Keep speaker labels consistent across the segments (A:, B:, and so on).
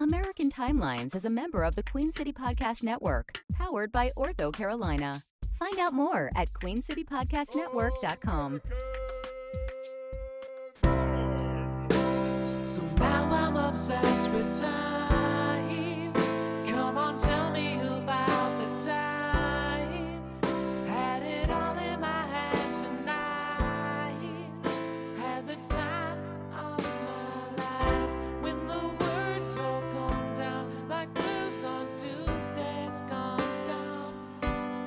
A: American Timelines is a member of the Queen City Podcast Network, powered by Ortho Carolina. Find out more at queencitypodcastnetwork.com.
B: So now I'm obsessed with time. Come on, tell me about the time. Had it all in my head tonight. Had the time of my life. When the words all come down, like blues on Tuesdays come down.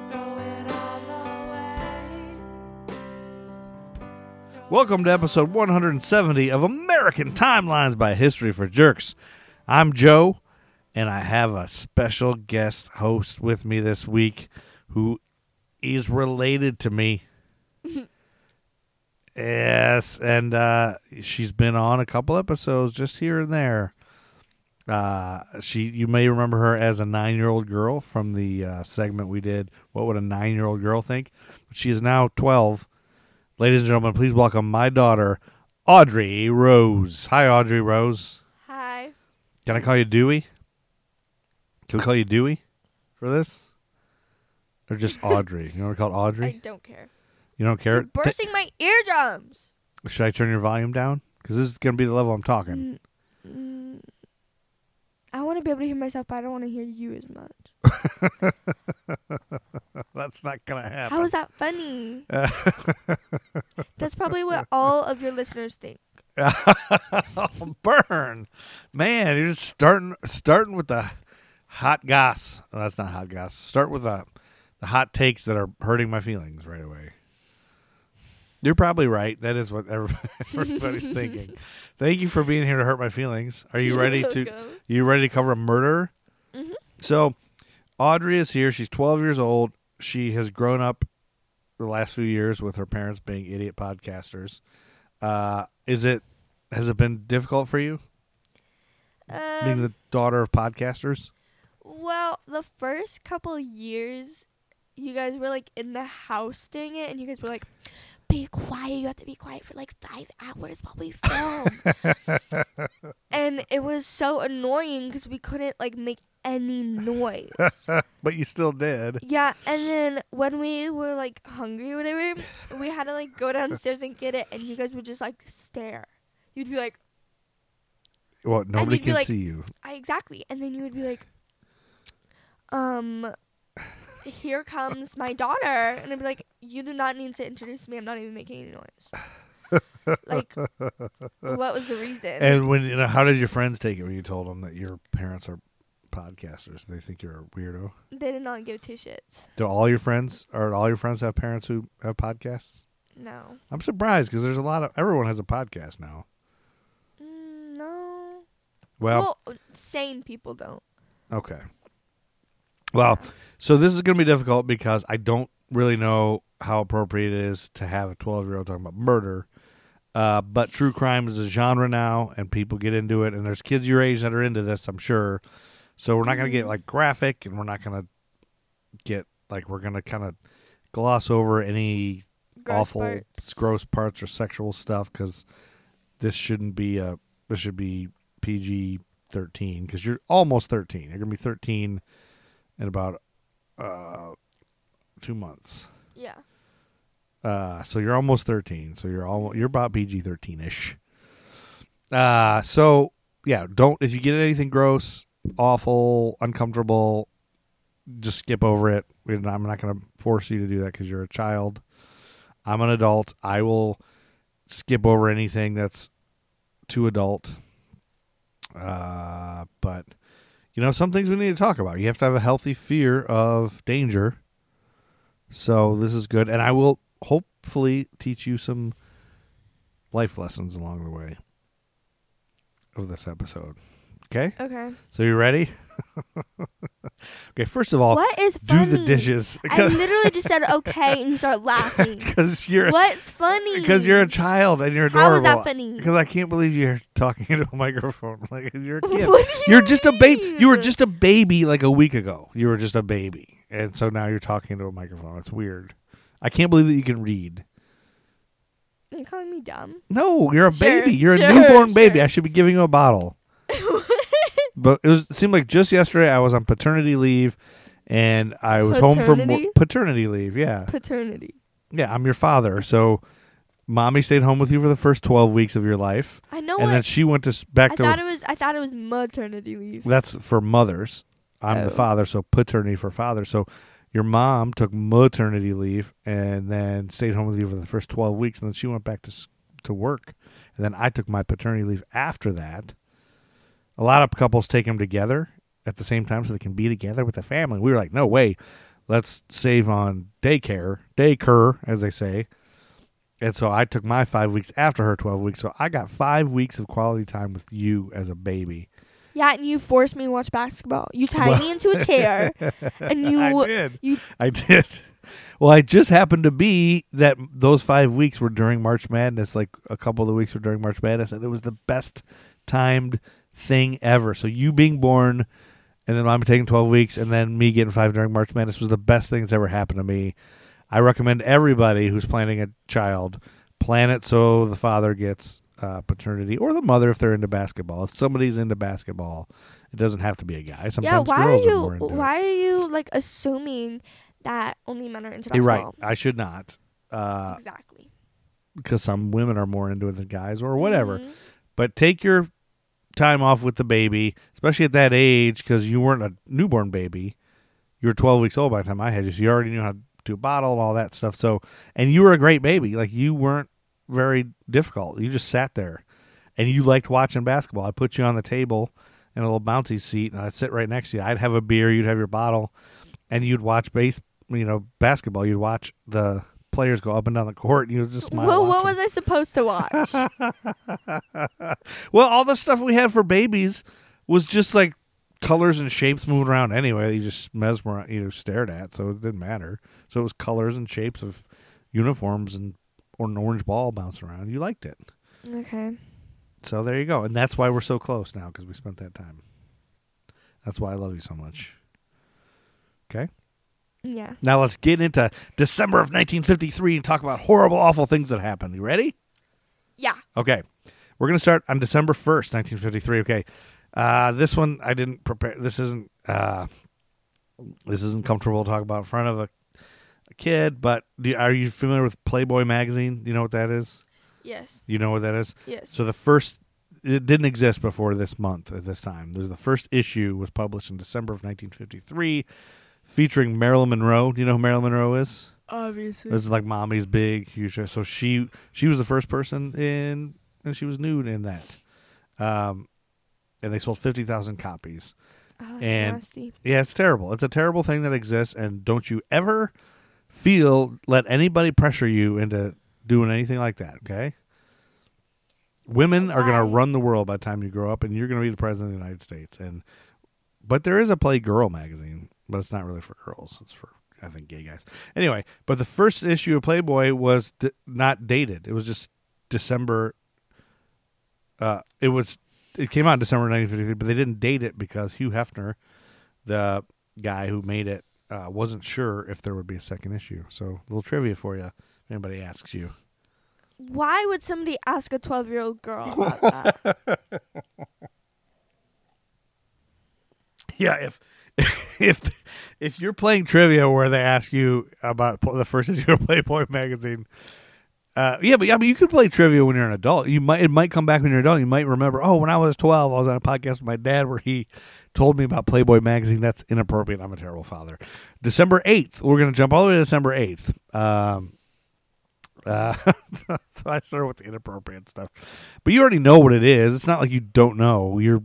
B: Throw it all away.
C: Welcome to episode 170 of American Timelines by History for Jerks. I'm Joe, and I have a special guest host with me this week who is related to me. yes, and uh, she's been on a couple episodes just here and there. Uh, she, you may remember her as a nine-year-old girl from the uh, segment we did. What would a nine-year-old girl think? She is now twelve, Ladies and gentlemen, please welcome my daughter, Audrey Rose. Hi, Audrey Rose.
D: Hi.
C: Can I call you Dewey? Can we call you Dewey for this? Or just Audrey? you want to call it
D: I
C: Audrey?
D: don't care.
C: You don't care?
D: You're bursting my eardrums.
C: Th- Should I turn your volume down? Because this is going to be the level I'm talking.
D: Mm, I want to be able to hear myself, but I don't want to hear you as much.
C: That's not going to happen.
D: How is that funny? That's probably what all of your listeners think.
C: Oh, burn, man! You're just starting starting with the hot goss. Oh, that's not hot goss. Start with the the hot takes that are hurting my feelings right away. You're probably right. That is what everybody, everybody's thinking. Thank you for being here to hurt my feelings. Are you
D: You're
C: ready to?
D: welcome.
C: You ready to cover a murder?
D: Mm-hmm.
C: So, Audrey is here. She's 12 years old. She has grown up the last few years with her parents being idiot podcasters. Uh, is it has it been difficult for you being
D: Um,
C: the daughter of podcasters?
D: well, the first couple years, you guys were like in the house doing it, and you guys were like, "Be quiet! You have to be quiet for like five hours while we film." and it was so annoying because we couldn't like make any noise.
C: But you still did.
D: Yeah, and then when we were like hungry or whatever, we had to like go downstairs and get it, and you guys would just like stare. You'd be like,
C: Well, nobody
D: you'd be
C: can
D: like-
C: see you.
D: I exactly, and then you would be like, um, here comes my daughter, and I'd be like, you do not need to introduce me. I'm not even making any noise. like, what was the reason?
C: And when you know, how did your friends take it when you told them that your parents are podcasters? They think you're a weirdo.
D: they did not give two shits.
C: Do all your friends or all your friends have parents who have podcasts?
D: No,
C: I'm surprised because there's a lot of everyone has a podcast now.
D: mm, no.
C: Well,
D: well, sane people don't.
C: Okay. Well, so this is going to be difficult because I don't really know how appropriate it is to have a 12 year old talking about murder. Uh, but true crime is a genre now, and people get into it, and there's kids your age that are into this, I'm sure. So we're not going to get like graphic, and we're not going to get like we're going to kind of gloss over any
D: Gross
C: awful,
D: parts.
C: gross parts or sexual stuff because this shouldn't be a this should be PG thirteen because you're almost thirteen. You're gonna be thirteen in about uh two months.
D: Yeah.
C: Uh, so you're almost 13. So you're almost you're about PG 13 ish. Uh, so yeah, don't if you get anything gross, awful, uncomfortable, just skip over it. We're not- I'm not going to force you to do that because you're a child. I'm an adult. I will skip over anything that's too adult. Uh, but you know, some things we need to talk about. You have to have a healthy fear of danger. So this is good, and I will hopefully teach you some life lessons along the way of this episode. Okay,
D: Okay.
C: so you ready? okay, first of all,
D: What is
C: do
D: funny?
C: the dishes
D: I literally just said okay and you start laughing.
C: because you're
D: What's funny?
C: because you're a child and you're
D: How
C: adorable.
D: is that funny?
C: Because I can't believe you're talking into a microphone like you're a kid.
D: What do
C: you're just a baby.
D: mean?
C: You were just a baby like a week ago. You were just a baby, and so now you're talking to a microphone. It's weird. I can't believe that you can read.
D: Are you calling me dumb?
C: No, you're a
D: Sure,
C: baby. You're
D: sure,
C: a newborn baby.
D: sure.
C: I should be giving you a bottle. but it was it seemed like just yesterday I was on paternity leave, and I was home from
D: Paternity?
C: wor- paternity leave. Yeah,
D: Paternity.
C: yeah, I'm your father, so mommy stayed home with you for the first twelve weeks of your life,
D: I know
C: and then
D: it.
C: she went to s- back
D: Oh, I
C: to
D: thought it was. I thought it was maternity leave.
C: that's for mothers. I'm the
D: Oh.
C: father, so paternity for father. So your mom took maternity leave and then stayed home with you for the first 12 weeks, and then she went back to s- to work, and then I took my paternity leave after that. A lot of couples take them together at the same time so they can be together with the family. We were like, no way, let's save on daycare, daycare as they say. And so I took my five weeks after her 12 weeks. So I got five weeks of quality time with you as a baby.
D: Yeah, and you forced me to watch basketball. You tied
C: Well-
D: me into a chair, and
C: I
D: you
C: did.
D: you
C: I did. Well, I just happened to be that those five weeks were during March Madness. Like a couple of the weeks were during March Madness, and it was the best timed thing ever. So you being born, and then mom taking twelve weeks, and then me getting five during March Madness was the best thing that's ever happened to me. I recommend everybody who's planning a child plan it so the father gets uh, paternity or the mother if they're into basketball. If somebody's into basketball, it doesn't have to be a guy. Sometimes
D: yeah. Why are
C: girls are more
D: you
C: into it.
D: why are you like assuming that only men are into
C: You're
D: basketball?
C: right. I should not. Uh,
D: exactly.
C: because some women are more into it than guys or whatever.
D: Mhm.
C: But take your time off with the baby, especially at that age, because you weren't a newborn baby. You were 12 weeks old by the time I had you, so you already knew how to do a bottle and all that stuff. So, and you were a great baby. Like you weren't very difficult. You just sat there, and you liked watching basketball. I put you on the table in a little bouncy seat, and I'd sit right next to you. I'd have a beer, you'd have your bottle, and you'd watch base. You know, basketball. You'd watch the players go up and down the court, and you'd just smile.
D: Well, what
C: watching.
D: was I supposed to watch?
C: Well, all the stuff we had for babies was just like colors and shapes moving around anyway. that You just mesmer, you know, stared at, so it didn't matter. So it was colors and shapes of uniforms and or an orange ball bouncing around. You liked it,
D: okay.
C: so there you go. And that's why we're so close now because we spent that time. That's why I love you so much. Okay.
D: Yeah.
C: Now let's get into December of 1953 and talk about horrible, awful things that happened. You ready?
D: Yeah.
C: Okay. We're going to start on December 1st, 1953. Okay. Uh, this one I didn't prepare. This isn't uh, this isn't comfortable to talk about in front of a, a kid, but do, are you familiar with Playboy magazine? Do you know what that is?
D: Yes.
C: You know what that is?
D: Yes.
C: So the first it didn't exist before this month at this time. The the first issue was published in December of 1953 featuring Marilyn Monroe. Do you know who Marilyn Monroe is?
D: Obviously.
C: This is like mommy's big, huge. show. So she she was the first person in, and she was nude in that. Um, and they sold fifty thousand copies.
D: Oh, that's
C: and-
D: nasty.
C: Yeah, it's terrible. It's a terrible thing that exists, and don't you ever feel let anybody pressure you into doing anything like that. Okay. Women are going to
D: Why?
C: run the world by the time you grow up, and you're going to be the president of the United States. And but there is a Play Girl magazine, but it's not really for girls. It's for I think gay guys. Anyway, but the first issue of Playboy was d- not dated. It was just December. Uh, it was it came out in December 1953, but they didn't date it because Hugh Hefner, the guy who made it, uh, wasn't sure if there would be a second issue. So a little trivia for you. If anybody asks you,
D: Why would somebody ask a 12 year old girl about that?
C: yeah, if if if you're playing trivia where they ask you about pl- the first issue of Playboy magazine, uh, yeah, but I mean, you could play trivia when you're an adult. You might it might come back when you're an adult. You might remember, oh, when I was 12, I was on a podcast with my dad where he told me about Playboy magazine. That's inappropriate. I'm a terrible father. December 8th, we're gonna jump all the way to December 8th. Um, uh, so I started with the inappropriate stuff, but you already know what it is. It's not like you don't know. You're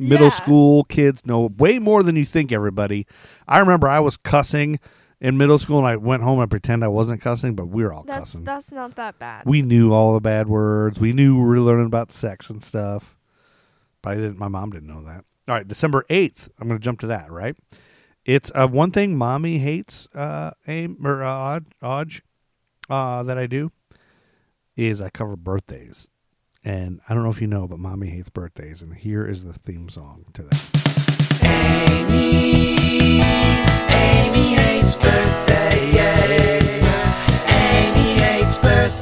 C: middle
D: Yeah.
C: school kids know way more than you think. Everybody, I remember I was cussing in middle school, and I went home and pretend I wasn't cussing, but we were all
D: That's
C: cussing.
D: that's not that bad.
C: we knew all the bad words. We knew we were learning about sex and stuff. But I didn't. My mom didn't know that. All right, December eighth. I'm going to jump to that. Right. It's uh, one thing mommy hates. Uh, aim or uh, Odge, uh, that I do is I cover birthdays, and I don't know if you know, but mommy hates birthdays, and here is the theme song to that.
B: Amy, Amy hates birthdays. Amy hates birthdays.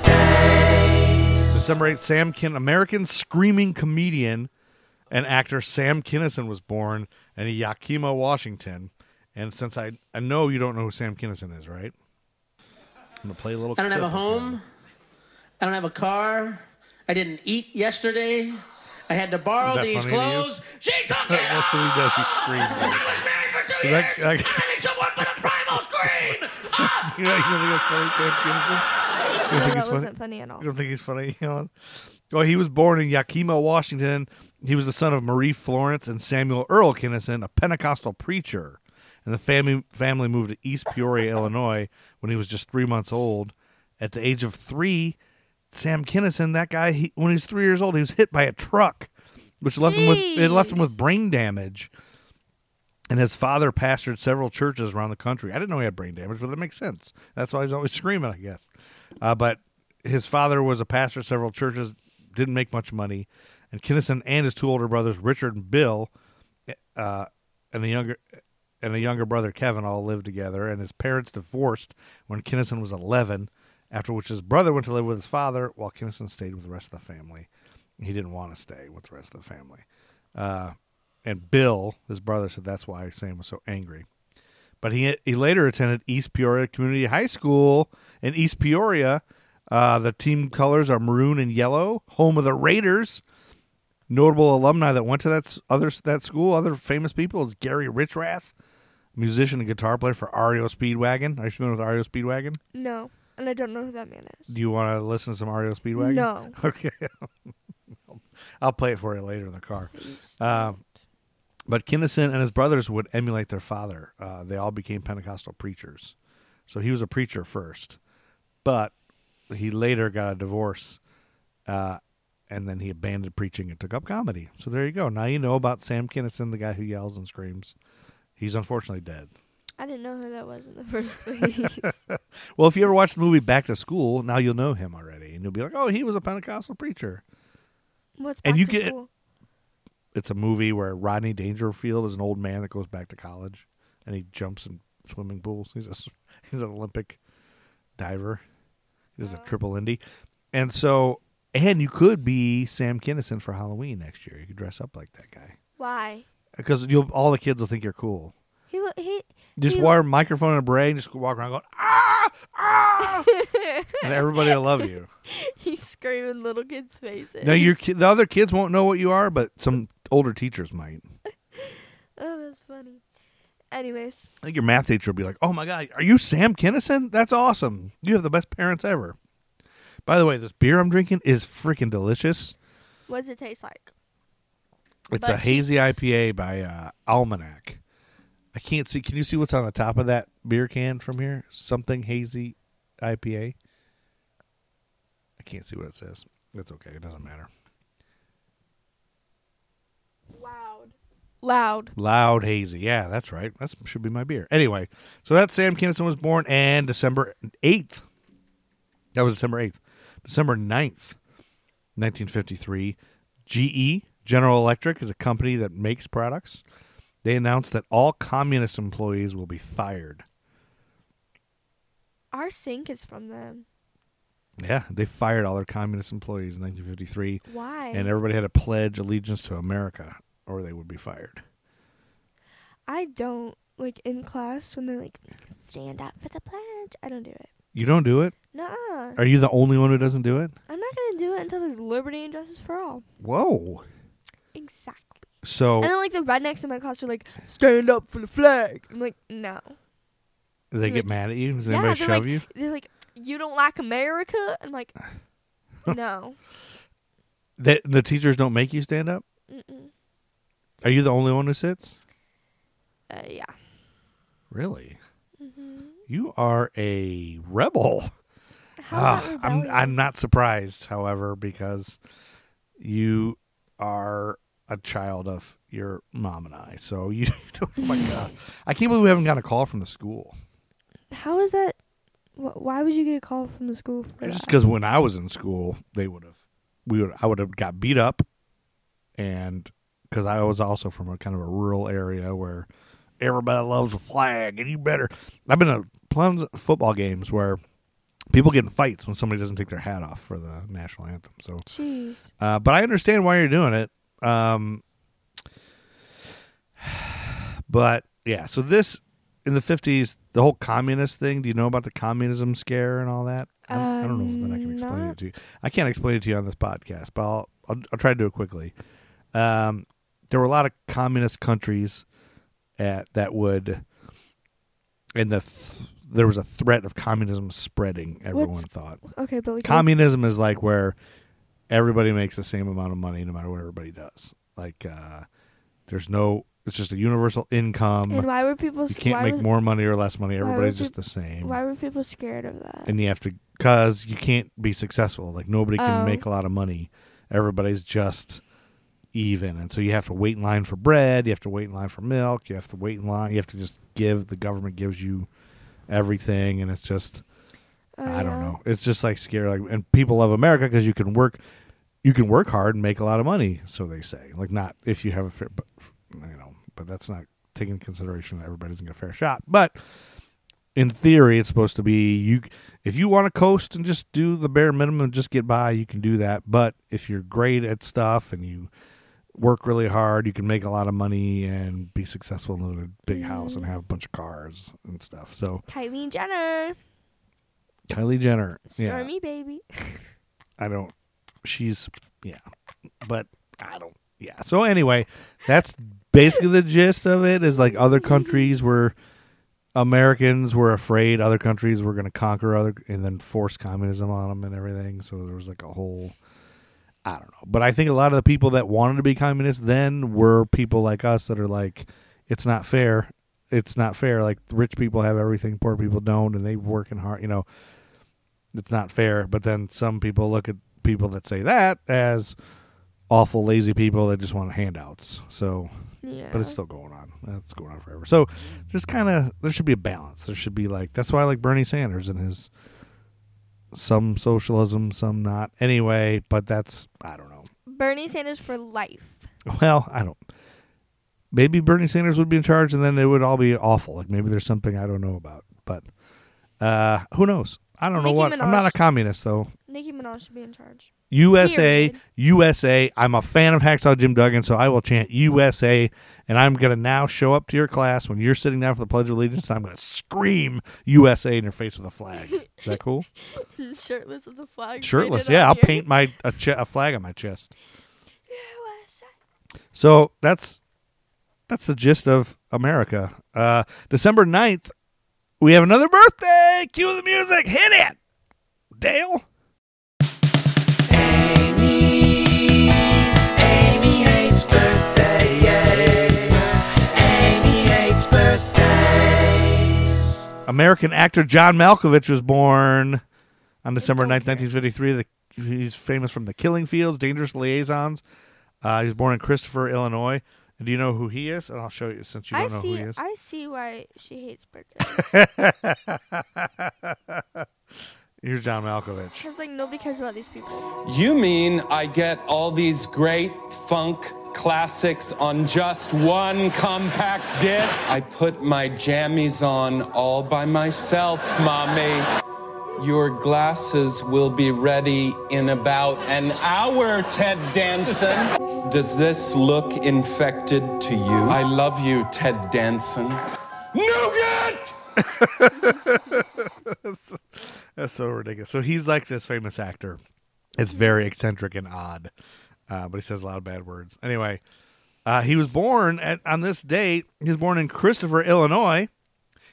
C: December 8th, Sam Kinn, American screaming comedian, and actor Sam Kinison was born in Yakima, Washington. And since I, I know you don't know who Sam Kinison is, right? I'm gonna play a little.
E: I don't have
C: clip
E: a
C: of him.
E: home. I don't have a car. I didn't eat yesterday. I had to
C: Is
E: borrow
C: that
E: these
C: funny to you?
E: clothes. She took it
C: That's what
E: all!
C: he does. He screams.
E: I was married for two
C: So
E: years.
C: that- that-
E: I need someone with a primal scream.
C: You know, you think it's funny, Sam Kinison? You
D: No,
C: think
D: Oh, that
C: it's funny?
D: wasn't funny at all.
C: You don't think he's funny? You know? Well, he was born in Yakima, Washington. He was the son of Marie Florence and Samuel Earl Kinnison, a Pentecostal preacher. And the family family moved to East Peoria, Illinois, when he was just three months old. At the age of three, Sam Kinnison, that guy, he, when he was three years old, he was hit by a truck, which left him with it left him with brain damage. And his father pastored several churches around the country. I didn't know he had brain damage, but that makes sense. That's why he's always screaming, I guess. Uh, but his father was a pastor at several churches, didn't make much money. And Kinnison and his two older brothers, Richard and Bill, uh, and the younger and the younger brother Kevin all lived together. And his parents divorced when Kinnison was 11. After which, his brother went to live with his father, while Kinnison stayed with the rest of the family. He didn't want to stay with the rest of the family. Uh, and Bill, his brother, said that's why Sam was so angry. But he he later attended East Peoria Community High School in East Peoria. Uh, the team colors are maroon and yellow, home of the Raiders. Notable alumni that went to that s- other s- that school, other famous people is Gary Richrath, musician and guitar player for REO Speedwagon. Are you familiar with REO Speedwagon?
D: No, and I don't know who that man is.
C: Do you want to listen to some REO Speedwagon?
D: No.
C: Okay. I'll play it for you later in the car. Um, but Kinnison and his brothers would emulate their father. Uh, they all became Pentecostal preachers. So he was a preacher first, but he later got a divorce, uh, and then he abandoned preaching and took up comedy. So there you go. Now you know about Sam Kinnison, the guy who yells and screams. He's unfortunately dead.
D: I didn't know who that was in the first place.
C: Well, if you ever watch the movie Back to School, now you'll know him already, and you'll be like, "Oh, he was a Pentecostal preacher."
D: What's
C: And
D: back
C: you
D: to
C: get-
D: school?
C: it's a movie where Rodney Dangerfield is an old man that goes back to college, and he jumps in swimming pools. He's a s- he's an Olympic diver. He's a triple Indy, and so and you could be Sam Kinison for Halloween next year. You could dress up like that guy
D: Why?
C: because you'll all the kids will think you're cool.
D: He lo- he
C: Just
D: he,
C: wear a microphone and a beret and just walk around going ah ah, and everybody will love you.
D: He's screaming little kids' faces.
C: Now your ki- the other kids won't know what you are, but some older teachers might.
D: Oh, that's funny. Anyways,
C: I think your math teacher will be like, "Oh my god, are you Sam Kinnison? That's awesome! You have the best parents ever." By the way, this beer I'm drinking is freaking delicious.
D: what does it taste like?
C: It's
D: Butt
C: a
D: cheeks.
C: hazy IPA by uh, Almanac. I can't see. Can you see what's on the top of that beer can from here? Something hazy IPA. I can't see what it says. That's okay. It doesn't matter.
D: Loud. Loud.
C: Loud hazy. Yeah, that's right. That should be my beer. Anyway, so that's Sam Kinison was born and December 8th. That was December 8th. December 9th, 1953, GE, E, General Electric, is a company that makes products. They announced that all communist employees will be fired.
D: Our sink is from them.
C: Yeah, they fired all their communist employees in 1953,
D: Why?
C: and everybody had to pledge allegiance to America or they would be fired.
D: I don't like in class when they're like, stand up for the pledge. I don't do it.
C: You don't do it?
D: Nuh uh.
C: Are you the only one who doesn't do it?
D: I'm not gonna do it until there's liberty and justice for all.
C: Whoa.
D: Exactly.
C: So
D: And then like the rednecks in my class are like, stand up for the flag. I'm like, no.
C: They get
D: Like-
C: mad at you? Does
D: yeah,
C: anybody
D: they're
C: shove
D: like,
C: you?
D: they're like, you don't like America. I'm like, no.
C: That the teachers don't make you stand up?
D: Mm-mm.
C: Are you the only one who sits?
D: Uh, yeah.
C: Really?
D: Mm-hmm.
C: You are a rebel.
D: How's
C: Ah,
D: that
C: I'm
D: rebellion?
C: I'm not surprised, however, because you are a child of your mom and I. So you oh my god. I can't believe we haven't gotten a call from the school.
D: How is that? Wh- why would you get a call from the school for
C: Just
D: that?
C: because when I was in school, they would have, we would, I would have got beat up, and because I was also from a kind of a rural area where everybody loves the flag, and you better. I've been to tons of football games where people get in fights when somebody doesn't take their hat off for the national anthem. So,
D: Jeez.
C: uh, but I understand why you're doing it. Um, But yeah, so this in the fifties, the whole communist thing. Do you know about the communism scare and all that? I don't, I don't know if then I can explain
D: Uh, not-
C: it to you. I can't explain it to you on this podcast, but I'll I'll, I'll try to do it quickly. Um, there were a lot of communist countries at, that would, and the th- there was a threat of communism spreading. Everyone
D: What's-
C: thought
D: Okay, but like
C: communism is like where everybody makes the same amount of money no matter what everybody does like uh there's no it's just a universal income
D: and why were people?
C: you
D: s-
C: can't
D: why
C: make
D: was-
C: more money or less money
D: why
C: everybody's
D: would
C: just the
D: you-
C: same
D: Why were people scared of that?
C: and you have to because you can't be successful like nobody can
D: Oh.
C: make a lot of money everybody's just even and so you have to wait in line for bread you have to wait in line for milk you have to wait in line you have to just give the government gives you everything and it's just
D: Oh,
C: I don't
D: yeah.
C: know. It's just like scary. Like, and people love America because you can work, you can work hard and make a lot of money. So they say, like, not if you have a fair, but you know, but that's not taking into consideration that everybody doesn't get a fair shot. But in theory, it's supposed to be you. If you want to coast and just do the bare minimum, and just get by, you can do that. But if you're great at stuff and you work really hard, you can make a lot of money and be successful and live in a big house and
D: Mm.
C: have a bunch of cars and stuff. So
D: Kylie Jenner,
C: Kylie Jenner, yeah.
D: Stormy baby.
C: I don't. She's yeah, but I don't. Yeah. So anyway, that's basically the gist of it. Is like other countries were Americans were afraid other countries were going to conquer other and then force communism on them and everything. So there was like a whole. I don't know, but I think a lot of the people that wanted to be communist then were people like us that are like, it's not fair. It's not fair. Like rich people have everything, poor people don't, and they working hard. You know, it's not fair. But then some people look at people that say that as awful, lazy people that just want handouts. So,
D: Yeah.
C: but it's still going on. That's going on forever. So, there's kind of there should be a balance. There should be like that's why I like Bernie Sanders and his some socialism, some not. Anyway, but that's I don't know.
D: Bernie Sanders for life.
C: Well, I don't. Maybe Bernie Sanders would be in charge, and then it would all be awful. Like maybe there's something I don't know about, but uh, who knows? I don't know
D: Nicki
C: what. I'm not
D: Minaj.
C: a communist, though.
D: Nicki Minaj should be in charge.
C: USA,
D: Period.
C: USA. I'm a fan of Hacksaw Jim Duggan, so I will chant USA, and I'm gonna now show up to your class when you're sitting down for the Pledge of Allegiance. And I'm gonna scream USA in your face with a flag. Is that cool?
D: Shirtless with the flag.
C: Shirtless,
D: painted
C: yeah.
D: on
C: I'll
D: here.
C: paint my a, che- a flag on my chest.
D: USA.
C: So that's that's the gist of America. Uh, December 9th, we have another birthday. Cue the music. Hit it, Dale.
B: Amy hates birthdays. Amy hates birthdays.
C: American actor John Malkovich was born on December 9th, 1953. The, he's famous from The Killing Fields, Dangerous Liaisons. Uh, he was born in Christopher, Illinois. And do you know who he is? And I'll show you since you don't
D: I
C: know who
D: see.
C: he is.
D: I see why she hates birthdays.
C: Here's John Malkovich.
D: Cause like nobody cares about these people.
F: You mean I get all these great funk classics on just one compact disc? I put my jammies on all by myself, mommy. Your glasses will be ready in about an hour, Ted Danson. Does this look infected to you? I love you, Ted Danson. Nougat!
C: That's so ridiculous. So he's like this famous actor. It's very eccentric and odd, uh, but he says a lot of bad words. Anyway, uh, he was born at, on this date. He was born in Christopher, Illinois.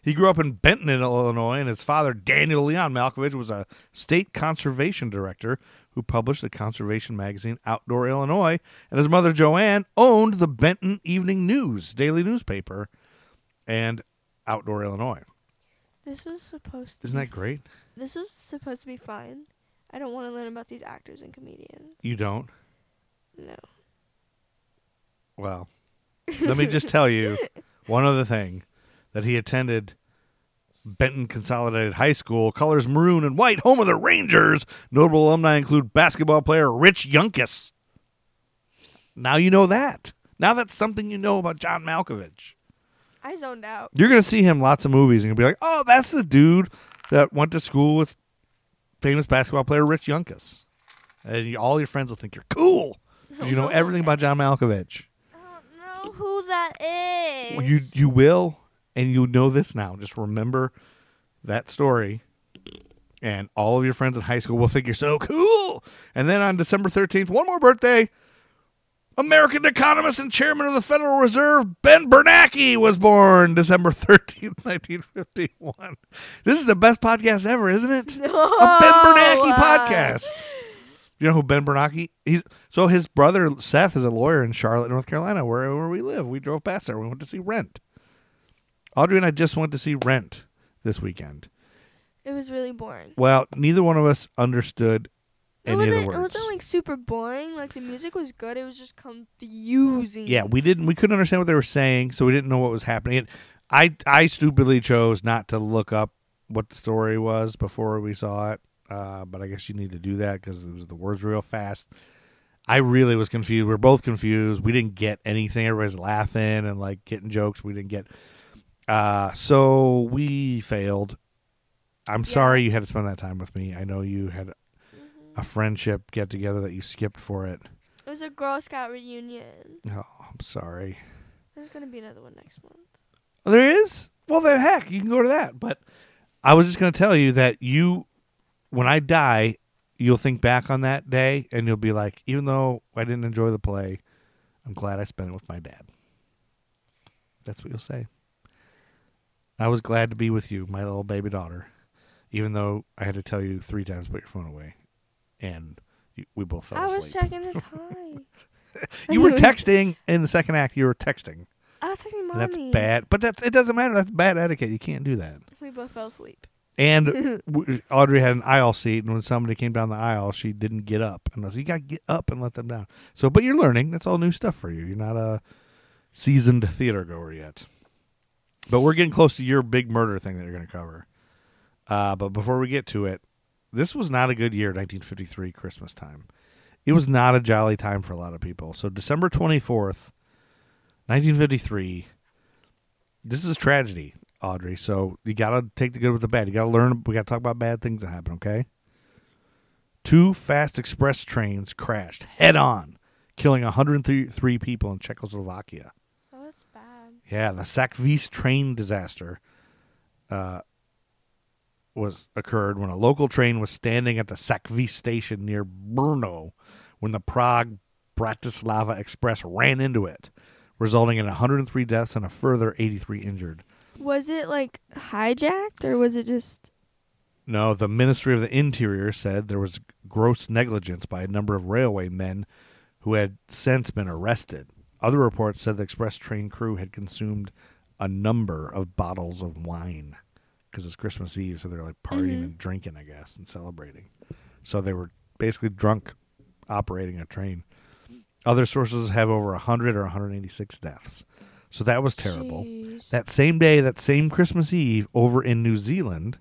C: He grew up in Benton, Illinois, and his father, Daniel Leon Malkovich, was a state conservation director who published the conservation magazine Outdoor Illinois. And his mother, Joanne, owned the Benton Evening News, daily newspaper, and Outdoor Illinois.
D: This was supposed to.
C: Isn't
D: be
C: that great?
D: This was supposed to be fun. I don't want to learn about these actors and comedians.
C: You don't?
D: No.
C: Well, let me just tell you one other thing that he attended Benton Consolidated High School, colors maroon and white, home of the Rangers. Notable alumni include basketball player Rich Yunkus. Now you know that. Now that's something you know about John Malkovich.
D: I zoned out.
C: You're going to see him lots of movies and you'll be like, oh, that's the dude that went to school with famous basketball player Rich Yunkus. And you, all your friends will think you're cool. 'cause You know everything about John Malkovich.
D: I don't know who that is.
C: you you will, and you know this now. Just remember that story, and all of your friends in high school will think you're so cool. And then on December thirteenth, one more birthday, American economist and chairman of the Federal Reserve Ben Bernanke was born December thirteenth, nineteen fifty-one. This is the best podcast ever, isn't it? A Ben Bernanke
D: No, uh,
C: podcast. You know who Ben Bernanke? He's so his brother Seth is a lawyer in Charlotte, North Carolina, where, where we live. We drove past there. We went to see Rent. Audrey and I just went to see Rent this weekend.
D: It was really boring.
C: Well, neither one of us understood
D: It
C: any of the
D: wasn't.
C: words.
D: It wasn't like super boring. Like the music was good. It was just confusing.
C: yeah, we didn't. We couldn't understand what they were saying, so we didn't know what was happening. And I I stupidly chose not to look up what the story was before we saw it. Uh, but I guess you need to do that because it was the words were real fast. I really was confused. We were both confused. We didn't get anything. Everybody's laughing and like getting jokes. We didn't get. Uh, so we failed. I'm sorry you had to spend that time with me. I know you had a friendship get together that you skipped for it.
D: It was a Girl Scout reunion.
C: Oh, I'm sorry.
D: There's gonna be another one next month.
C: There is. Well, then heck, you can go to that. But I was just going to tell you that you, when I die, you'll think back on that day and you'll be like, even though I didn't enjoy the play, I'm glad I spent it with my dad. That's what you'll say. I was glad to be with you, my little baby daughter, even though I had to tell you three times to put your phone away, and you, we both fell
D: I
C: asleep.
D: was checking the time.
C: you were texting in the second act. You were texting.
D: I was texting
C: And
D: mommy.
C: that's bad. But that's it doesn't matter. That's bad etiquette. You can't do that.
D: We both fell asleep.
C: And w- Audrey had an aisle seat, and when somebody came down the aisle, she didn't get up. And I was, you got to get up and let them down. So, but you're learning. That's all new stuff for you. You're not a seasoned theater goer yet. But we're getting close to your big murder thing that you're going to cover. Uh, but before we get to it, this was not a good year, 1953 Christmas time. It was not a jolly time for a lot of people. So December 24th, 1953. This is tragedy, Audrey. So you got to take the good with the bad. You got to learn. We got to talk about bad things that happen. Okay. Two fast express trains crashed head on, killing 103 people in Czechoslovakia.
D: Oh, that's bad.
C: Yeah, the Sakvis train disaster uh, was occurred when a local train was standing at the Sakvis station near Brno when the Prague Bratislava Express ran into it, resulting in 103 deaths and a further 83 injured.
D: Was it like hijacked or was it just?
C: No, the Ministry of the Interior said there was gross negligence by a number of railway men who had since been arrested. Other reports said the express train crew had consumed a number of bottles of wine because it's Christmas Eve, so they're like partying and drinking, I guess, and celebrating. So they were basically drunk operating a train. Other sources have over 100 or 186 deaths. So that was terrible.
D: Jeez.
C: That same day, that same Christmas Eve, over in New Zealand,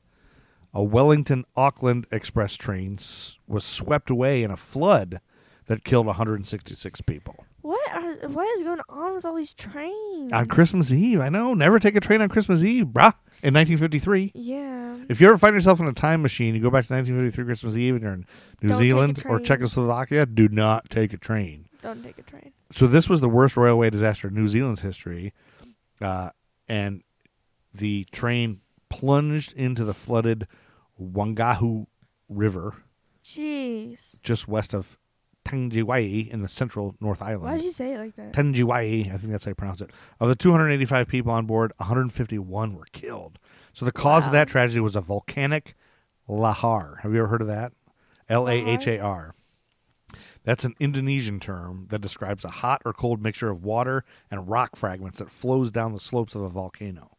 C: a Wellington Auckland express train s- was swept away in a flood that killed 166 people.
D: What are? What is going on with all these trains?
C: On Christmas Eve, I know, never take a train on Christmas Eve, brah, in 1953.
D: yeah.
C: If you ever find yourself in a time machine, you go back to 1953 Christmas Eve and you're in New
D: Don't take a
C: Zealand or
D: train.
C: Czechoslovakia, do not take a train.
D: Don't take a train.
C: so this was the worst railway disaster in New Zealand's history, uh, and the train plunged into the flooded Wangahu River
D: Jeez.
C: just west of Tangiwai in the central North Island.
D: Why did you say it like that?
C: Tangiwai, I think that's how you pronounce it. Of the 285 people on board, 151 were killed. So the cause of that tragedy was a volcanic lahar. Have you ever heard of that? L A H A R. That's an Indonesian term that describes a hot or cold mixture of water and rock fragments that flows down the slopes of a volcano.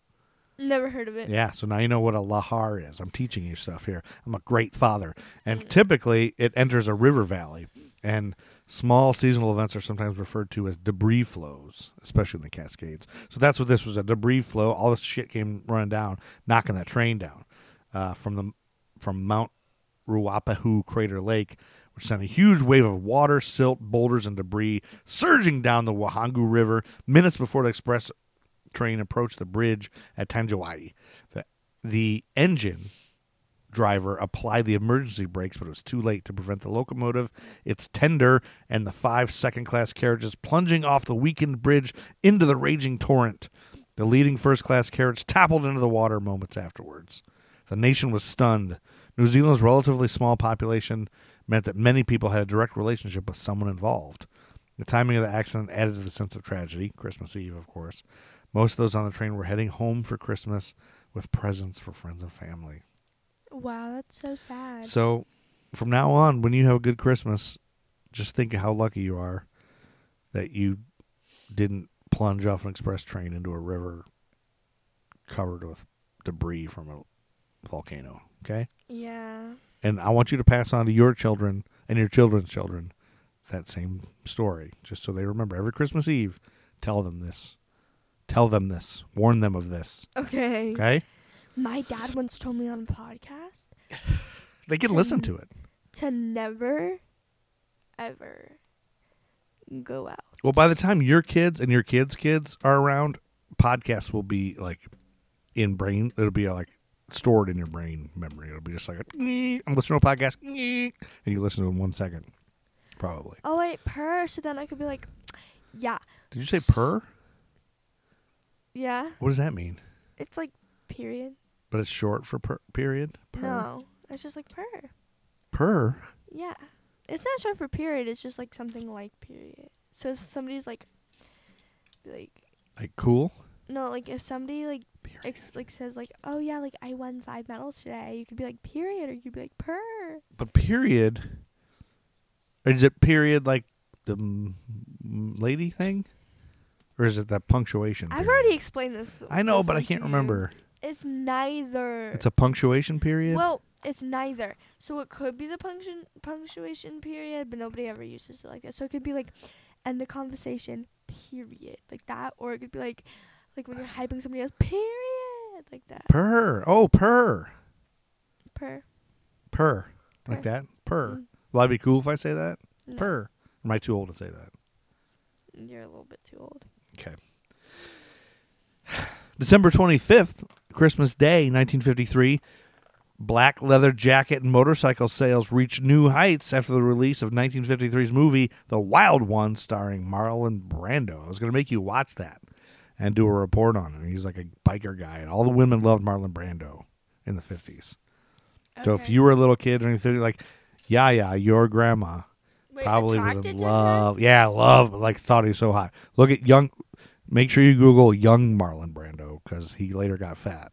D: Never heard of it.
C: Yeah, so now you know what a lahar is. I'm teaching you stuff here. I'm a great father. And typically, it enters a river valley, and small seasonal events are sometimes referred to as debris flows, especially in the Cascades. So that's what this was a debris flow. All this shit came running down, knocking that train down uh, from the from Mount Ruapahu Crater Lake, which sent a huge wave of water, silt, boulders, and debris surging down the Wahangu River minutes before the express train approached the bridge at Tanjawai. The, the engine driver applied the emergency brakes, but it was too late to prevent the locomotive, its tender, and the five second class carriages plunging off the weakened bridge into the raging torrent. The leading first class carriage toppled into the water moments afterwards. The nation was stunned. New Zealand's relatively small population meant that many people had a direct relationship with someone involved. The timing of the accident added to the sense of tragedy, Christmas Eve, of course. Most of those on the train were heading home for Christmas with presents for friends and family.
D: Wow, that's so sad.
C: So, from now on, when you have a good Christmas, just think of how lucky you are that you didn't plunge off an express train into a river covered with debris from a volcano. Okay?
D: yeah.
C: And I want you to pass on to your children and your children's children that same story, just so they remember every Christmas Eve. Tell them this. Tell them this. Warn them of this.
D: Okay.
C: Okay?
D: My dad once told me on a podcast
C: They can listen to it.
D: to never, ever go out.
C: Well, by the time your kids and your kids' kids are around, podcasts will be like in brain. It'll be like stored in your brain memory. It'll be just like, "Eh, I'm listening to a podcast, eh," and you listen to it in one second, probably.
D: Oh wait, purr. So then I could be like, yeah,
C: Did you say purr?
D: yeah.
C: What does that mean?
D: It's like period.
C: But it's short for per- period. Purr.
D: No, it's just like purr.
C: Purr.
D: Yeah, it's not short for period. It's just like something like period. So if somebody's like, like
C: Like cool.
D: no, like if somebody like ex- like says like, oh yeah, like I won five medals today, you could be like period, or you could be like purr.
C: But period. Or is it period like the mm, lady thing, or is it that punctuation?
D: I've
C: period?
D: already explained this.
C: I know,
D: this
C: but I
D: one to
C: can't
D: you.
C: remember.
D: It's neither.
C: It's a punctuation period.
D: Well, it's neither. So it could be the punction, punctuation period, but nobody ever uses it like that. So it could be like end the conversation period, like that, or it could be like like when you're hyping somebody else period, like that.
C: Purr. Oh, purr.
D: Per.
C: Purr. Like
D: Purr.
C: that? Purr.
D: Mm.
C: Will I be cool if I say that?
D: No,
C: Purr. Or am I too old to say that?
D: You're a little bit too old.
C: Okay. December 25th, Christmas Day, 1953, black leather jacket and motorcycle sales reached new heights after the release of 1953's movie The Wild One starring Marlon Brando. I was going to make you watch that and do a report on it. He's like a biker guy and all the women loved Marlon Brando in the 50s. So if
D: Okay.
C: you were a little kid or anything like Yaya, your grandma
D: Wait,
C: probably was in
D: attracted to him?
C: love. Yeah, love. Like thought he was so hot. Look at young. Make sure you Google young Marlon Brando because he later got fat,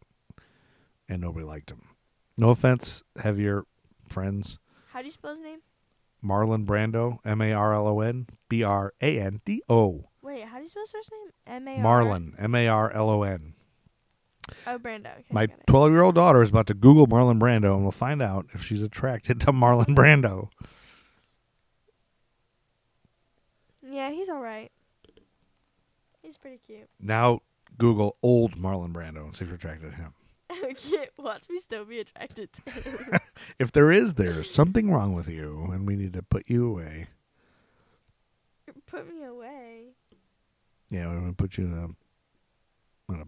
C: and nobody liked him. No offense, have your friends
D: How do you spell his name?
C: Marlon Brando, M A R L O N B R A N D O,
D: Wait, how do you spell his first name? M A R-
C: Marlon, M A R L O N.
D: Oh, Brando. Okay,
C: My
D: got it.
C: 12 year old daughter is about to Google Marlon Brando and we'll find out if she's attracted to Marlon Brando.
D: yeah, he's all right. He's pretty cute.
C: Now Google old Marlon Brando and see if you're attracted to him.
D: okay, watch me still be attracted to him.
C: If there is, there's something wrong with you, and we need to put you away.
D: Put me away.
C: Yeah, we're gonna put you in a in a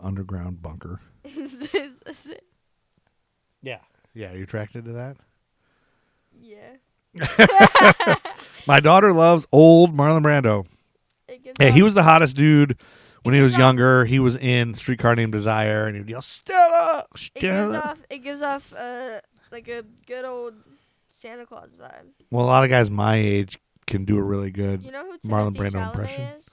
C: underground bunker.
D: Is this, is it?
C: Yeah, yeah. Are you attracted to that?
D: Yeah.
C: My daughter loves old Marlon Brando.
D: It gives
C: Yeah,
D: off-
C: he was the hottest dude when he was
D: off-
C: younger. He was in Streetcar Named Desire, and he'd yell Stella,
D: It gives
C: Stella.
D: off. It gives off uh, like a good old Santa Claus vibe.
C: Well, a lot of guys my age can do a really good
D: You know who
C: Marlon
D: Timothy
C: Brando
D: Chalamet
C: impression.
D: is?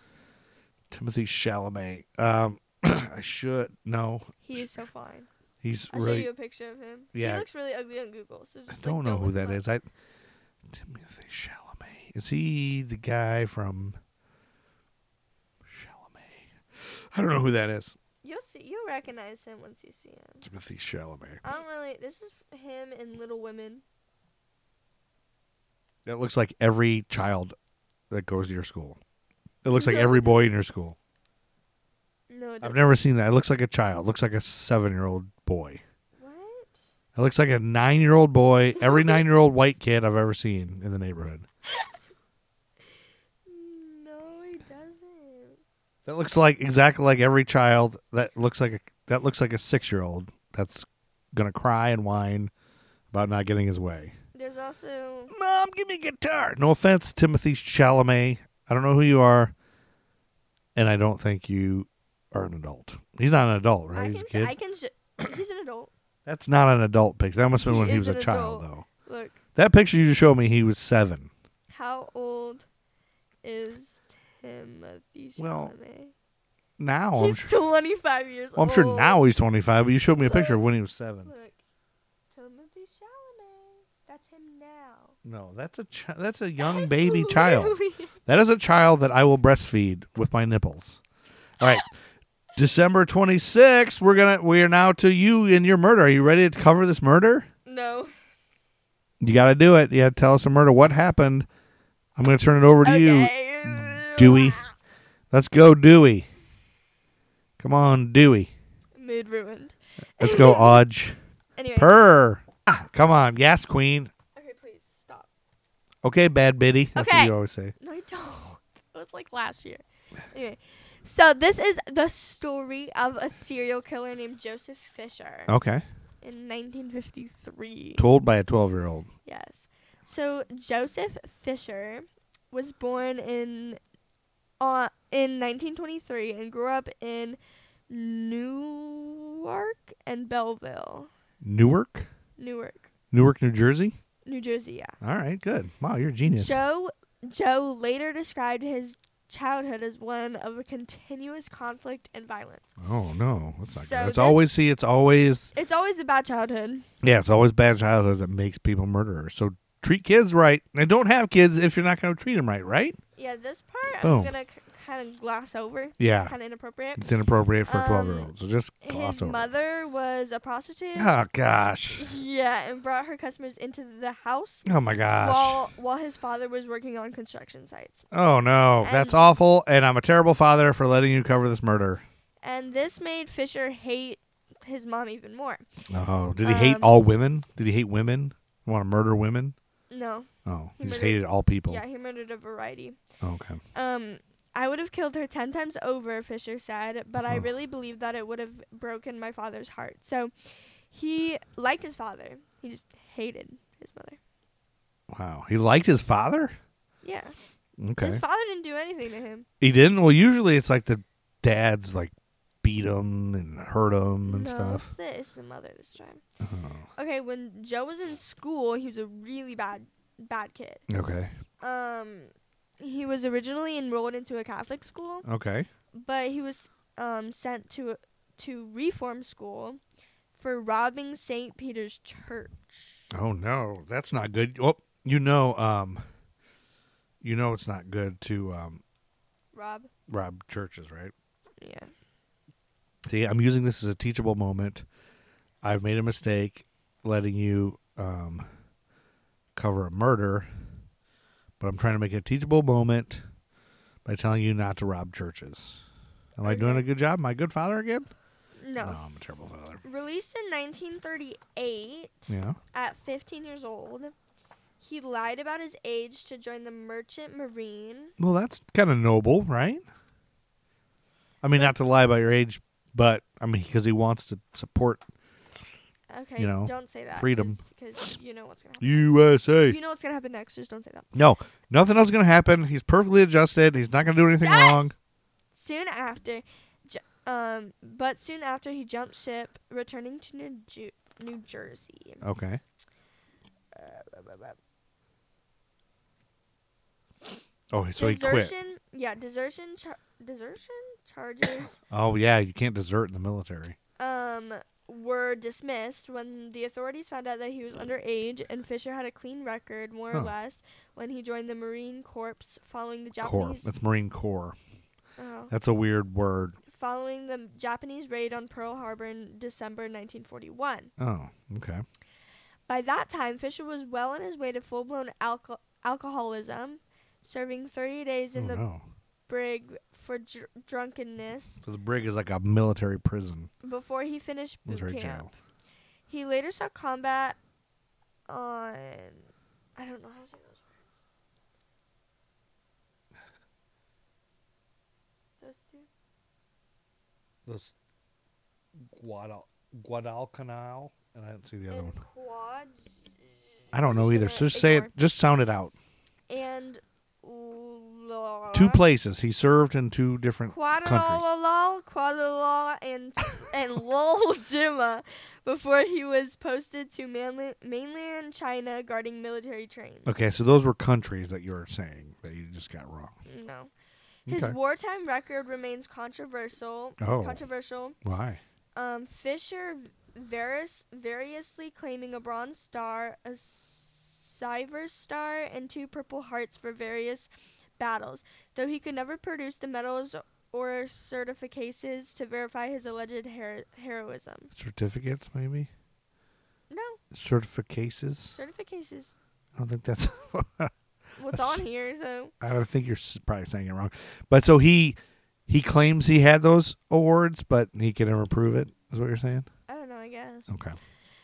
C: Timothy Chalamet. Um, I should no.
D: He is so fine.
C: He's
D: I'll
C: really
D: show you a picture of him.
C: Yeah.
D: He looks really ugly on Google. So just,
C: I
D: like,
C: don't know who
D: look
C: that
D: him
C: is. I Timothy Chalamet. Is he the guy from Chalamet? I don't know who that is.
D: up. You'll see. You'll recognize him once you see him.
C: Timothy Chalamet.
D: I don't really. This is him in Little Women.
C: That looks like every child that goes to your school. It looks like
D: No.
C: every boy in your school.
D: No, it
C: I've
D: doesn't.
C: never seen that. It looks like a child. It looks like a seven-year-old boy.
D: What?
C: It looks like a nine-year-old boy. Every nine-year-old white kid I've ever seen in the neighborhood.
D: No, he doesn't.
C: That looks like exactly like every child that looks like a that looks like a six year old that's gonna cry and whine about not getting his way.
D: There's also
C: Mom, give me a guitar. No offense, Timothy Chalamet. I don't know who you are, and I don't think you are an adult. He's not an adult, right?
D: I
C: He's
D: can
C: a kid.
D: I can sh- he's an adult.
C: That's not an adult picture. That must have been
D: He
C: when he
D: is
C: was a
D: an
C: child,
D: adult.
C: though.
D: Look,
C: That picture you just showed me, he was seven.
D: how old is Timothy Chalamet?
C: Well, Now I'm
D: he's
C: sure.
D: 25 years
C: Well,
D: old.
C: I'm sure now he's 25, but you showed me a picture of when he was seven.
D: Look, Timothy Chalamet. That's him now.
C: No, that's a chi- that's a young
D: That's
C: baby child.
D: literally-
C: That is a child that I will breastfeed with my nipples. All right. December 26th, we're going to we are now to you and your murder. Are you ready to cover this murder?
D: No.
C: You got to do it. You got to tell us a murder. What happened? I'm going to turn it over to you,
D: Okay.
C: Dewey. Let's go, Dewey. Come on, Dewey.
D: Mood ruined.
C: Let's go, Odge.
D: Anyway.
C: Purr. Ah, Come on, yes, queen.
D: okay, please stop.
C: Okay, bad biddy. That's what
D: Okay.
C: you always say.
D: No, I don't. It was like last year. Anyway, so this is the story of a serial killer named Joseph Fisher
C: Okay.
D: in 1953.
C: Told by a 12-year-old.
D: Yes. So Joseph Fisher was born in uh, in 1923 and grew up in Newark and Belleville,
C: Newark?
D: Newark,
C: Newark, New Jersey?
D: New Jersey. Yeah.
C: All right, good. Wow, you're a genius.
D: Joe Joe later described his childhood as one of a continuous conflict and violence.
C: Oh no, that's not
D: So
C: good. It's
D: this-
C: always see, it's always
D: It's always a bad childhood.
C: yeah, it's always bad childhood that makes people murderers. So treat kids right, and don't have kids if you're not going to treat them right. Right?
D: Yeah, this part
C: Boom.
D: I'm gonna c- kind of gloss over.
C: Yeah.
D: it's kind of inappropriate.
C: It's inappropriate for a
D: Um,
C: twelve year old. So just gloss
D: His
C: over. it.
D: mother was a prostitute.
C: Oh gosh.
D: Yeah, and brought her customers into the house
C: Oh my gosh.
D: while while his father was working on construction sites.
C: oh no, that's
D: And-
C: awful, and I'm a terrible father for letting you cover this murder.
D: And this made Fisher hate his mom even more.
C: Oh, did he hate
D: Um,
C: all women? Did he hate women? Want to murder women?
D: No,
C: Oh, he,
D: He
C: just
D: murdered-
C: hated all people.
D: yeah, he murdered a variety.
C: Oh, okay.
D: Um, I would have killed her ten times over, Fisher said, but I
C: Huh.
D: really believe that it would have broken my father's heart. So he liked his father. He just hated his mother.
C: Wow, he liked his father.
D: Yeah.
C: Okay.
D: His father didn't do anything to him.
C: He didn't. Well, usually it's like the dads like beat him and hurt him and
D: no,
C: stuff.
D: It's the, it's the mother this time. Okay, when Joe was in school, he was a really bad bad kid.
C: Okay.
D: Um he was originally enrolled into a Catholic school,
C: Okay.
D: but he was um sent to to reform school for robbing St. Peter's church.
C: Oh no, that's not good. Oh, you know, um, you know it's not good to um
D: Rob.
C: rob churches, right?
D: Yeah.
C: See, I'm using this as a teachable moment. I've made a mistake letting you um cover a murder, but I'm trying to make a teachable moment by telling you not to rob churches. Am I doing a good job? Am I a good father again?
D: No.
C: No, I'm a terrible father.
D: Released in 1938
C: Yeah.
D: at 15 years old, he lied about his age to join the Merchant Marine.
C: Well, that's kind of noble, right? I mean, not to lie about your age, but I mean, because he wants to support
D: Okay,
C: You know,
D: don't say that.
C: freedom.
D: Because you know what's going to happen.
C: USA.
D: You know what's going to happen next, just don't say that.
C: No, nothing else is going to happen. He's perfectly adjusted. He's not going to do anything
D: Yes!
C: wrong.
D: Soon after, ju- um, but soon after he jumped ship, returning to New, Ju- New Jersey.
C: Okay. Uh, Oh, so he quit.
D: desertion, yeah, desertion, char- desertion charges
C: Oh, yeah, you can't desert in the military.
D: um, were dismissed when the authorities found out that he was underage and Fisher had a clean record, more
C: Huh.
D: or less, when he joined the Marine Corps following the
C: Corps.
D: Japanese
C: That's Marine Corps.
D: oh,
C: That's a weird word.
D: following the Japanese raid on Pearl Harbor in December 1941.
C: Oh, okay.
D: By that time, Fisher was well on his way to full-blown alco- alcoholism, serving 30 days in
C: oh,
D: the
C: no.
D: brig for dr- drunkenness
C: So the brig is like a military prison.
D: before he finished boot
C: Military
D: camp.
C: jail.
D: He later saw combat on. I don't know how to say those words. Those two?
C: Those Guadal- Guadalcanal and I didn't see the other
D: and
C: one.
D: quad
C: I don't know either. So just say it. Just sound it out.
D: and la-
C: Two places he served in two different countries.
D: Quadalal, Quadalal, and and Lol Jima before he was posted to mainland, mainland China guarding military trains.
C: Okay, so those were countries that you were saying that you just got wrong.
D: No. His
C: Okay.
D: wartime record remains controversial.
C: Oh.
D: Controversial.
C: Why?
D: Um, Fisher various, variously claiming a Bronze Star, a Silver Star, and two Purple Hearts for various battles, though he could never produce the medals or certificates to verify his alleged hero- heroism.
C: Certificates, maybe
D: No,
C: certificaces.
D: certificates.
C: I don't think that's.
D: What's
C: That's-
D: on here? So
C: I don't think you're s- probably saying it wrong. But so he he claims he had those awards, but he can never prove it. Is what you're saying?
D: I don't know. I guess.
C: Okay.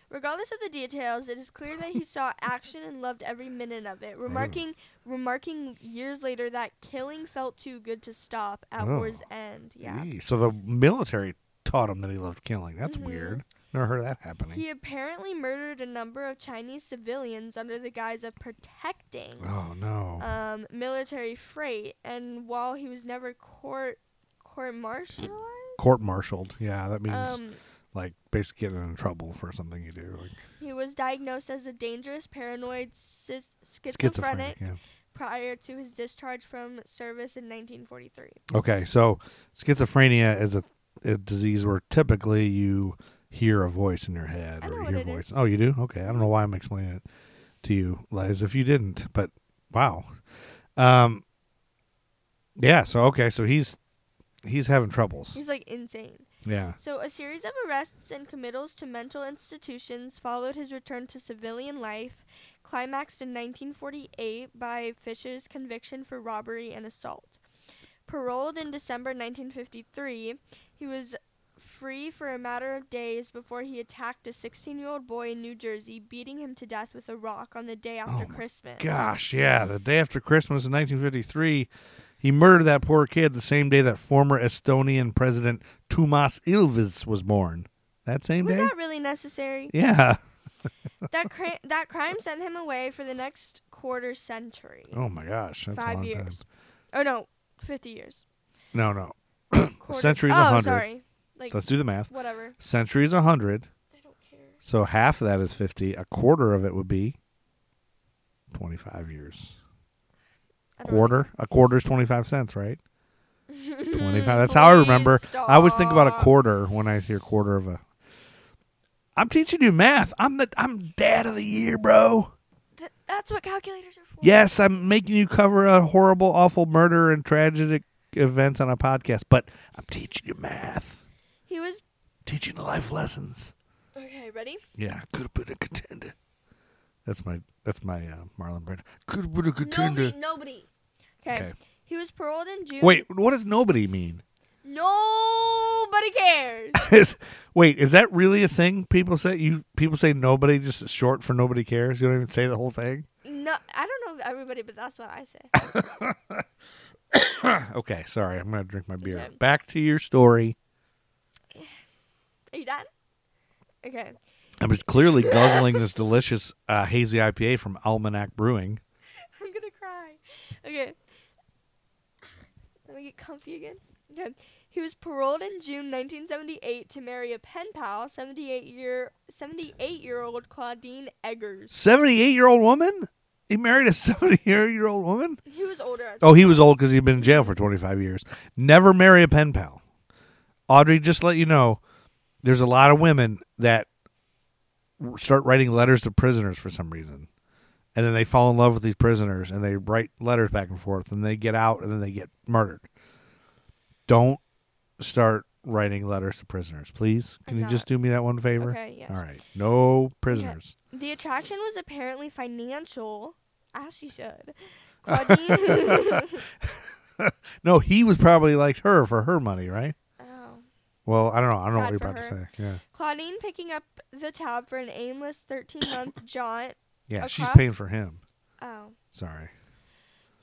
D: Regardless of the details, it is clear that he saw action and loved every minute of it, remarking remarking years later that killing felt too good to stop at
C: Oh.
D: war's end. Yeah.
C: Yee, So the military taught him that he loved killing. That's weird. Never heard of that happening.
D: Mm-hmm. He apparently murdered a number of Chinese civilians under the guise of protecting
C: oh no.
D: um, military freight, and while he was never court court martialized,
C: Court-martialed. Yeah, that means
D: um,
C: like basically getting in trouble for something you do. Like
D: he was diagnosed as a dangerous paranoid sis-
C: schizophrenic.
D: schizophrenic
C: yeah.
D: prior to his discharge from service in 1943.
C: Okay, so schizophrenia is a, a disease where typically you hear a voice in your head
D: I
C: or
D: know
C: you
D: what
C: hear
D: it is.
C: voice. Oh, you do? Okay, I don't know why I'm explaining it to you as if you didn't, but wow. Um yeah, so okay, so he's he's having troubles.
D: He's like insane.
C: yeah.
D: So, a series of arrests and committals to mental institutions followed his return to civilian life, climaxed in 1948 by Fisher's conviction for robbery and assault. Paroled in December 1953, he was free for a matter of days before he attacked a 16 year old boy in New Jersey, beating him to death with a rock on the day
C: Oh
D: after Christmas.
C: Gosh, yeah. The day after Christmas in 1953, he murdered that poor kid the same day that former Estonian president Tumas Ilves was born. That same
D: Was
C: day?
D: that really necessary?
C: Yeah.
D: that, cra- that crime sent him away for the next quarter century.
C: Oh my gosh, that's a
D: Five
C: long
D: years.
C: time.
D: Oh no, fifty years.
C: No, no.
D: Quarter.
C: century's a
D: oh,
C: hundred.
D: sorry. Like
C: Let's do the math.
D: whatever.
C: Century's 100,
D: I don't care.
C: so half of that is 50. A quarter of it would be 25 years.
D: I don't
C: Quarter? A quarter's 25 cents, right? 25. That's how I remember.
D: Please
C: I always think about a
D: stop.
C: quarter when I hear quarter of a. I'm teaching you math. I'm the I'm dad of the year, bro.
D: Th- that's what calculators are for.
C: Yes, I'm making you cover a horrible, awful murder and tragic events on a podcast, but I'm teaching you math,
D: He was
C: teaching you life lessons.
D: okay. Ready?
C: Yeah, could have been a contender. That's my that's my uh, Marlon Brando. Could have been a contender.
D: Nobody. Nobody. Okay.
C: Okay.
D: He was paroled in June.
C: Wait, what does nobody mean?
D: Nobody cares.
C: Is- Wait, is that really a thing? People say you people say nobody just is short for nobody cares. You don't even say the whole thing.
D: no, I don't know if everybody, but that's what I say.
C: Okay, sorry. I'm gonna drink my beer.
D: Okay.
C: Back to your story.
D: Are you done? Okay.
C: I was clearly guzzling this delicious uh, hazy IPA from Almanac Brewing.
D: I'm gonna cry. Okay. Let me get comfy again. Okay. He was paroled in June 1978 to marry a pen pal, 78 year 78 year old Claudine Eggers.
C: Seventy eight year old woman. He married a seventy year old woman.
D: He was older. At
C: Oh, he was old because he'd been in jail for 25 years. Never marry a pen pal. Audrey, just let you know, there's a lot of women that r- start writing letters to prisoners for some reason. And then they fall in love with these prisoners and they write letters back and forth and they get out and then they get murdered. Don't start writing letters to prisoners, please. Can
D: I'm
C: you
D: not.
C: just do me that one favor?
D: Okay, yes.
C: All right. No prisoners.
D: The attraction was apparently financial, as she should. Claudine.
C: No, he was probably like her for her money, right?
D: oh.
C: Well, I don't know. I don't know what
D: Sad
C: you're
D: for
C: about to
D: her.
C: say. Yeah.
D: Claudine picking up the tab for an aimless 13 month jaunt.
C: Yeah,
D: a
C: she's
D: class?
C: paying for him.
D: Oh,
C: Sorry.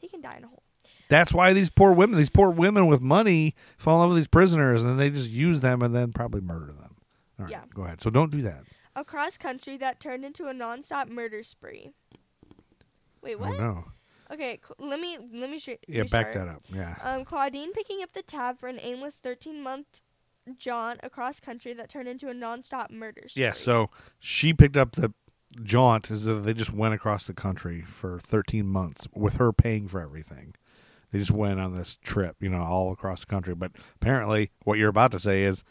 D: he can die in a hole.
C: That's why these poor women, these poor women with money, fall in love with these prisoners, and then they just use them and then probably murder them. All right,
D: Yeah.
C: go ahead. So don't do that.
D: across country that turned into a nonstop murder spree. Wait,
C: I
D: what?
C: don't know.
D: Okay, cl- let me let me sh-
C: Oh, Yeah, back that up. Yeah.
D: Um, Claudine picking up the tab for an aimless 13-month jaunt across country that turned into a nonstop murder spree.
C: Yeah, so she picked up the jaunt as though they just went across the country for 13 months with her paying for everything. They just went on this trip, you know, all across the country. But apparently, what you're about to say is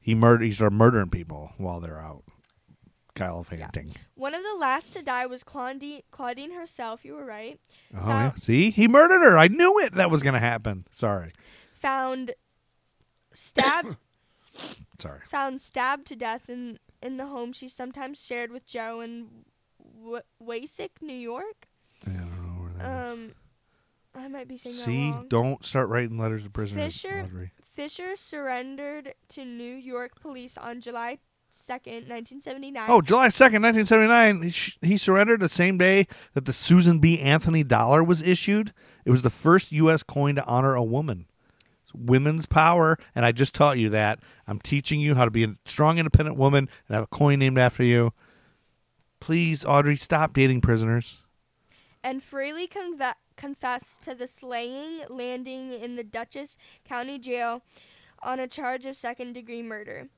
C: he murdered. He started murdering people while they're out gallivanting.
D: One of the last to die was Claudine, Claudine herself. You were right.
C: Oh,
D: Now-
C: yeah. See, he murdered her. I knew it. That was going to happen. Sorry,
D: Found stabbed
C: sorry.
D: found stabbed to death in in the home she sometimes shared with Joe in w- Wasik, New York.
C: I don't know where that is.
D: Um, I might be saying
C: See,
D: that wrong.
C: don't start writing letters to prisoners,
D: Fisher-
C: Audrey.
D: Fisher surrendered to New York police on July 2nd, 1979.
C: Oh, July 2nd, 1979, he sh- he surrendered the same day that the Susan B. Anthony dollar was issued. It was the first U.S. coin to honor a woman. It's women's power, and I just taught you that. I'm teaching you how to be a strong, independent woman and have a coin named after you. Please, Audrey, stop dating prisoners.
D: And freely conve- confessed to the slaying, landing in the Dutchess County Jail on a charge of second degree murder.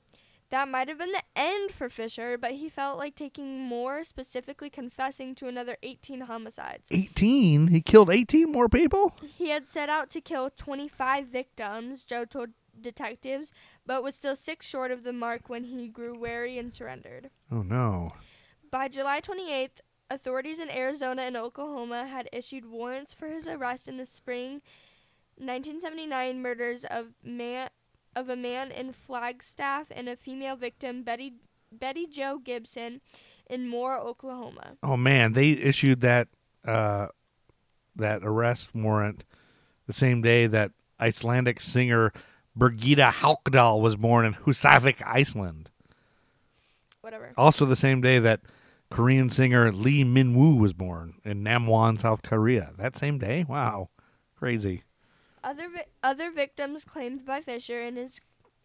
D: That might have been the end for Fisher, but he felt like taking more, specifically confessing to another 18 homicides.
C: 18? He killed 18 more people?
D: He had set out to kill 25 victims, Joe told detectives, but was still six short of the mark when he grew wary and surrendered.
C: Oh, no.
D: By July 28th, authorities in Arizona and Oklahoma had issued warrants for his arrest in the spring 1979 murders of man of a man in Flagstaff and a female victim Betty Betty Joe Gibson in Moore, Oklahoma.
C: Oh man, they issued that uh, that arrest warrant the same day that Icelandic singer Birgitta Haukdal was born in Husavik, Iceland.
D: Whatever.
C: Also, the same day that Korean singer Lee Min Woo was born in Namwon, South Korea. That same day? Wow, crazy.
D: Other vi- other victims claimed by Fisher in his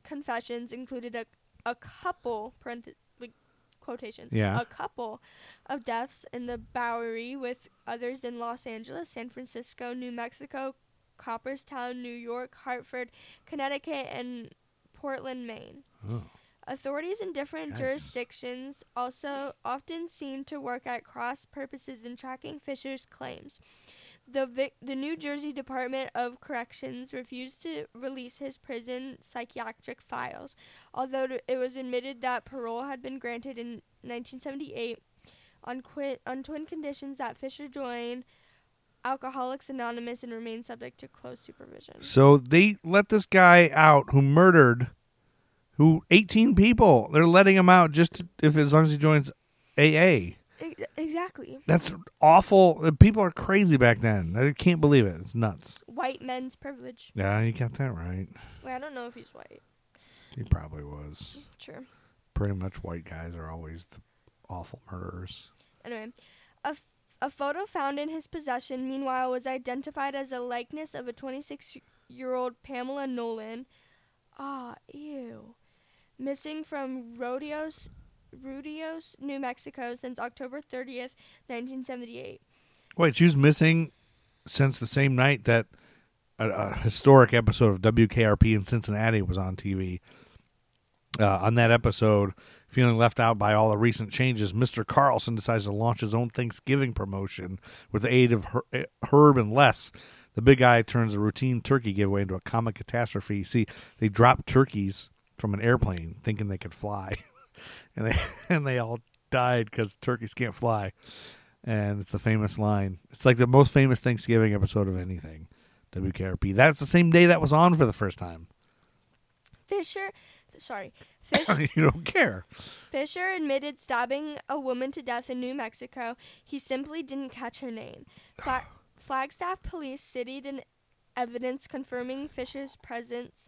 D: confessions included a a couple parenth- like quotations
C: Yeah.
D: a couple of deaths in the Bowery with others in Los Angeles, San Francisco, New Mexico, Copperstown, New York, Hartford, Connecticut, and Portland, Maine.
C: Oh.
D: Authorities in different
C: Yikes.
D: jurisdictions also often seem to work at cross purposes in tracking Fisher's claims. The Vic- the New Jersey Department of Corrections refused to release his prison psychiatric files, although th- it was admitted that parole had been granted in 1978 on qui- on twin conditions that Fisher join Alcoholics Anonymous and remain subject to close supervision.
C: So they let this guy out who murdered who 18 people. They're letting him out just to- if as long as he joins AA.
D: exactly.
C: That's awful. Uh, People are crazy back then. I can't believe it. It's nuts.
D: White men's privilege.
C: Yeah, you got that right.
D: Wait, I don't know if he's white.
C: He probably was.
D: Sure.
C: Pretty much white guys are always the awful murderers.
D: Anyway, a, f- a photo found in his possession, meanwhile, was identified as a likeness of a 26 year old Pamela Nolan. Ah, ew. Missing from Rodeos, Rodeos, New Mexico since October 30th, 1978.
C: Wait, she was missing since the same night that a, a historic episode of WKRP in Cincinnati was on TV. Uh, on that episode, feeling left out by all the recent changes, Mr. Carlson decides to launch his own Thanksgiving promotion with the aid of Her- eh, Herb and Les. The big guy turns a routine turkey giveaway into a comic catastrophe. See, they dropped turkeys from an airplane thinking they could fly, and they and they all died because turkeys can't fly. And it's the famous line. It's like the most famous Thanksgiving episode of anything. WKRP. That's the same day that was on for the first time.
D: Fisher, sorry, Fish,
C: you don't care.
D: Fisher admitted stabbing a woman to death in New Mexico. He simply didn't catch her name. Fla- Flagstaff police cited an evidence confirming Fisher's presence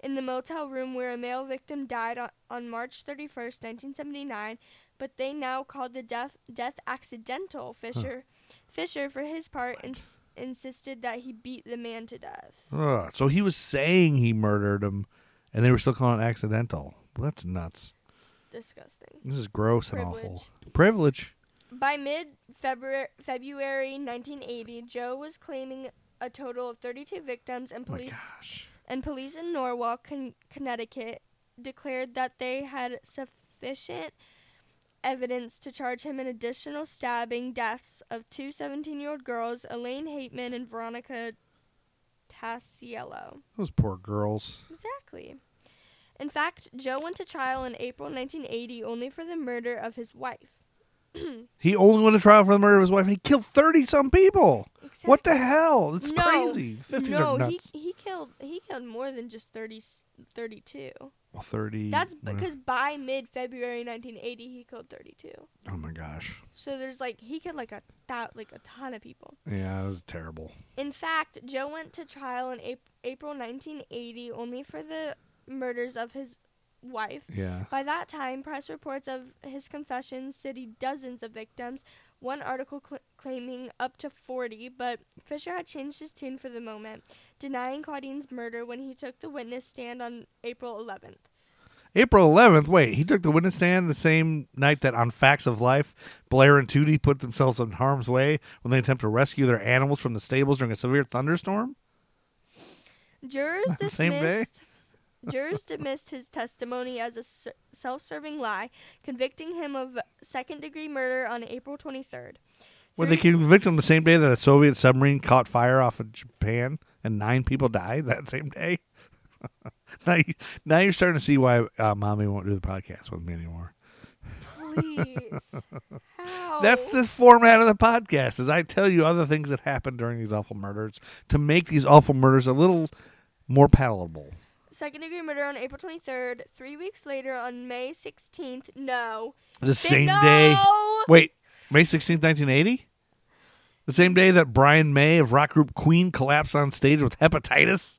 D: in the motel room where a male victim died on, on March 31st, 1979, but they now called the death death accidental. Fisher, Fisher, for his part, ins- insisted that he beat the man to death.
C: Ugh, so he was saying he murdered him, and they were still calling it accidental. Well, that's nuts.
D: disgusting.
C: This is gross and awful.
D: Privilege.
C: Privilege.
D: By mid February 1980, Joe was claiming a total of 32 victims, and
C: Oh my
D: police
C: gosh.
D: and police in Norwalk, Con- Connecticut, declared that they had sufficient evidence to charge him in additional stabbing deaths of two 17-year-old girls, Elaine Hateman and Veronica Tassiello.
C: Those poor girls.
D: Exactly. In fact, Joe went to trial in April 1980 only for the murder of his wife.
C: He only went to trial for the murder of his wife. and He killed thirty some people. What the
D: Exactly.
C: hell? It's
D: No.
C: crazy. Fifties
D: no,
C: are nuts.
D: he he killed he killed more than just 30, 32.
C: well, thirty.
D: That's
C: whatever.
D: because by mid February 1980 he killed 32.
C: Oh my gosh.
D: So there's like he killed like a thou- like a ton of people.
C: Yeah, that was terrible.
D: In fact, Joe went to trial in Ap- April 1980 only for the murders of his wife.
C: Yeah.
D: By that time, press reports of his confessions cited dozens of victims, one article cl- claiming up to 40, but Fisher had changed his tune for the moment, denying Claudine's murder when he took the witness stand on April 11th.
C: April 11th. Wait, he took the witness stand the same night that on Facts of Life, Blair and Tootie put themselves in harm's way when they attempt to rescue their animals from the stables during a severe thunderstorm.
D: Jurors dismissed.
C: Same day?
D: jurors dismissed his testimony as a ser- self-serving lie, convicting him of second-degree murder on April 23rd.
C: When they convicted him the same day that a Soviet submarine caught fire off of Japan and nine people died that same day. now, you, now you're starting to see why uh, mommy won't do the podcast with me anymore.
D: Please, how?
C: That's the format of the podcast is I tell you other things that happened during these awful murders to make these awful murders a little more palatable.
D: second-degree murder on April 23rd. Three weeks later, on May 16th, no,
C: The same
D: no!
C: day. Wait, May 16th, 1980? The same day that Brian May of rock group Queen collapsed on stage with hepatitis?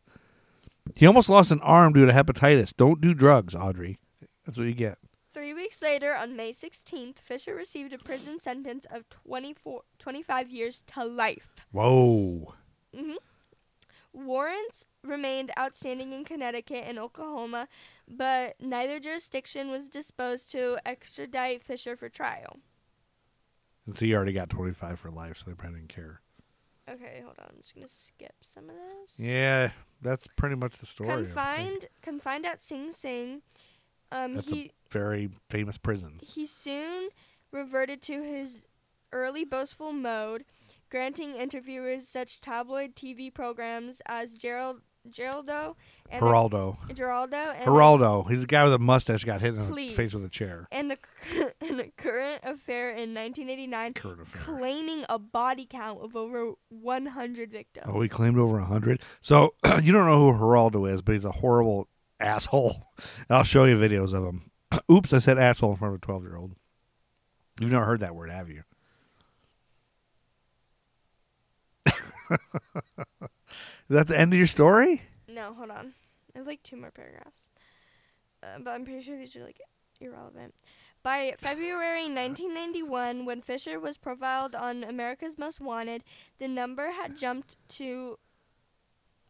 C: He almost lost an arm due to hepatitis. Don't do drugs, Audrey. That's what you get.
D: Three weeks later, on May 16th, Fisher received a prison sentence of 24, 25 years to life.
C: Whoa.
D: Warrants remained outstanding in Connecticut and Oklahoma, but neither jurisdiction was disposed to extradite Fisher for trial.
C: And so he already got 25 for life, so they probably didn't care.
D: Okay, hold on. I'm just going to skip some of this.
C: Yeah, that's pretty much the story. I think.
D: Confined, confined at Sing Sing, um,
C: That's
D: he
C: a very famous prison.
D: he soon reverted to his early boastful mode, granting interviewers such tabloid TV programs as Gerald Geraldo and the-
C: Geraldo.
D: Geraldo and the-
C: Geraldo. He's the guy with a mustache got hit in the
D: Please.
C: face with a chair.
D: and the and the current affair in 1989
C: Current affair.
D: claiming a body count of over 100 victims.
C: Oh, he claimed over 100. So you don't know who Geraldo is, but he's a horrible asshole. And I'll show you videos of him. Oops, I said asshole in front of a 12 year old. You've never heard that word, have you? is that the end of your story?
D: No, hold on. I have like two more paragraphs. Uh, but I'm pretty sure these are like irrelevant. By February 1991, when Fisher was profiled on America's Most Wanted, the number had jumped to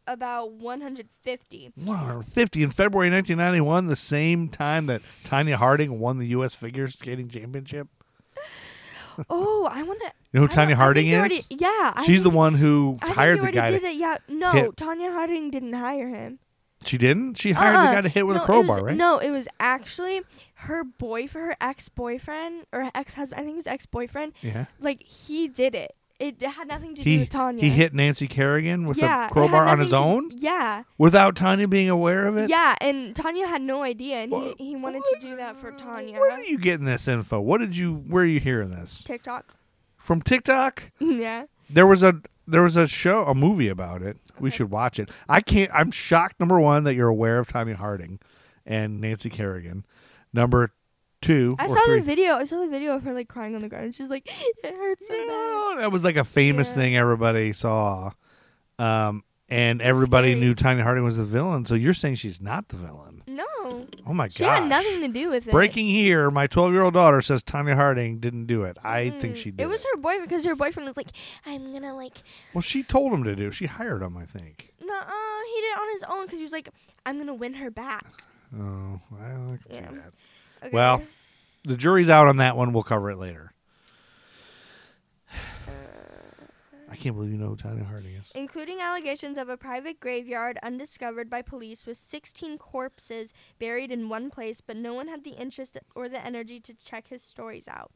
D: about 150.
C: 150 in February 1991, the same time that Tanya Harding won the U.S. Figure Skating Championship.
D: oh, I want to.
C: You know who Tanya Harding is?
D: yeah, I
C: She's the
D: think-
C: one who
D: I think
C: hired the
D: you already
C: guy.
D: Did
C: to-
D: it. Yeah, no,
C: hit.
D: Tanya Harding didn't hire him.
C: she didn't? She hired
D: Uh-uh.
C: the guy to hit with
D: No,
C: a
D: it was-
C: crowbar, right?
D: No, it was actually her boyfriend, her ex-boyfriend or ex-husband. I think it was ex-boyfriend.
C: Yeah.
D: Like he did it. It had nothing to do
C: he
D: with Tanya.
C: he hit Nancy Kerrigan with
D: yeah, it
C: a
D: had
C: crowbar on
D: nothing
C: his
D: to-
C: own
D: Yeah,
C: without Tanya being aware of it.
D: yeah, and Tanya had no idea, and
C: Wha-
D: he, he wanted to do that for Tanya.
C: Where are you getting this info? What did you? Where are you hearing this
D: TikTok.
C: from? TikTok?
D: yeah.
C: There was a there was a show, a movie about it. We should watch it. I can't. I'm shocked. Number one, that you're aware of Tanya Harding and Nancy Kerrigan. Number two,
D: I
C: or
D: saw
C: three,
D: the video. I saw the video of her like crying on the ground. She's like, it hurts so bad.
C: No, that was like a famous
D: Yeah.
C: thing everybody saw, um, and everybody
D: Scary.
C: knew Tanya Harding was the villain. So you're saying she's not the villain?
D: No,
C: Oh my god!
D: she had nothing to do with it.
C: Breaking here, my 12 year old daughter says Tanya Harding didn't do it. I think she did.
D: Mm-hmm. It was her boyfriend because her boyfriend was like, I'm gonna like
C: Well, she told him to do. She hired him, I think.
D: No, uh, he did it on his own because he was like, "I'm gonna win her back."
C: Oh, well, I can see
D: Yeah.
C: that.
D: Okay.
C: Well, the jury's out on that one. We'll cover it later. I can't believe you know who Tanya Harding is.
D: including allegations of a private graveyard undiscovered by police with 16 corpses buried in one place, but no one had the interest or the energy to check his stories out.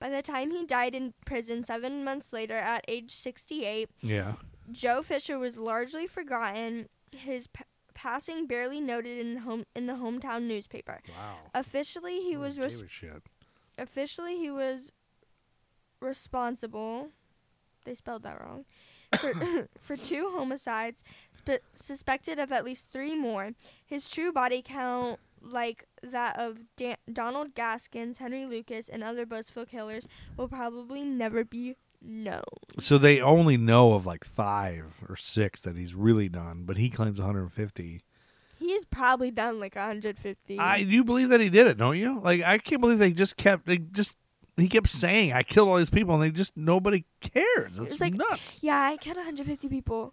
D: By the time he died in prison seven months later at age 68,
C: Yeah.
D: Joe Fisher was largely forgotten, his p- passing barely noted in, home- in the hometown newspaper.
C: Wow.
D: Officially, he was res-
C: shit.
D: officially he was responsible they spelled that wrong for, for two homicides sp- suspected of at least three more his true body count like that of Dan- donald gaskins henry lucas and other boastville killers will probably never be known
C: So they only know of like five or six that he's really done, but he claims 150.
D: he's probably done like 150
C: I you believe that he did it, don't you? Like I can't believe they just kept they just he kept saying I killed all these people and they just nobody cares. It's
D: It's like-
C: nuts.
D: yeah i killed 150 people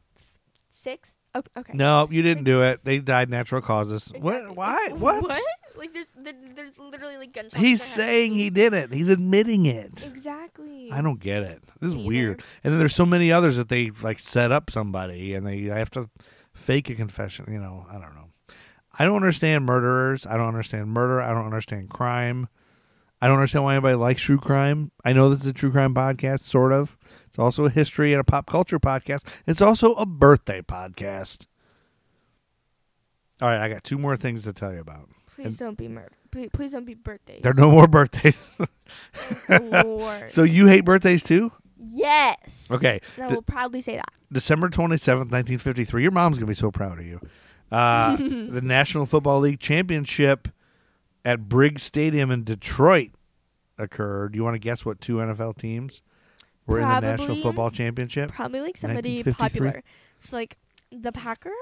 D: six O- okay
C: No, you didn't do it. They died natural causes.
D: Exactly.
C: What? Why?
D: Like,
C: What?
D: what like there's there's literally like gunshots in
C: He's
D: their head.
C: saying he did it. He's admitting it.
D: exactly
C: I don't get it. This is
D: Me either.
C: weird. And then there's so many others that they like set up somebody and they have to fake a confession. You know, I don't know. I don't understand murderers. I don't understand murder. I don't understand crime. I don't understand why anybody likes true crime. I know this is a true crime podcast, sort of. It's also a history and a pop culture podcast. It's also a birthday podcast. All right, I got two more things to tell you about.
D: Please don't be murder. Please, please don't be birthdays.
C: There are no more birthdays.
D: Lord.
C: so you hate birthdays too?
D: yes.
C: Okay,
D: And I
C: d-
D: will proudly say that.
C: December 27th, 1953. Your mom's going to be so proud of you. Uh, the National Football League Championship at Briggs Stadium in Detroit occurred. You want to guess what two NFL teams were in the National
D: Probably-
C: Football Championship?
D: Probably like somebody
C: 1953?
D: popular. So like the Packers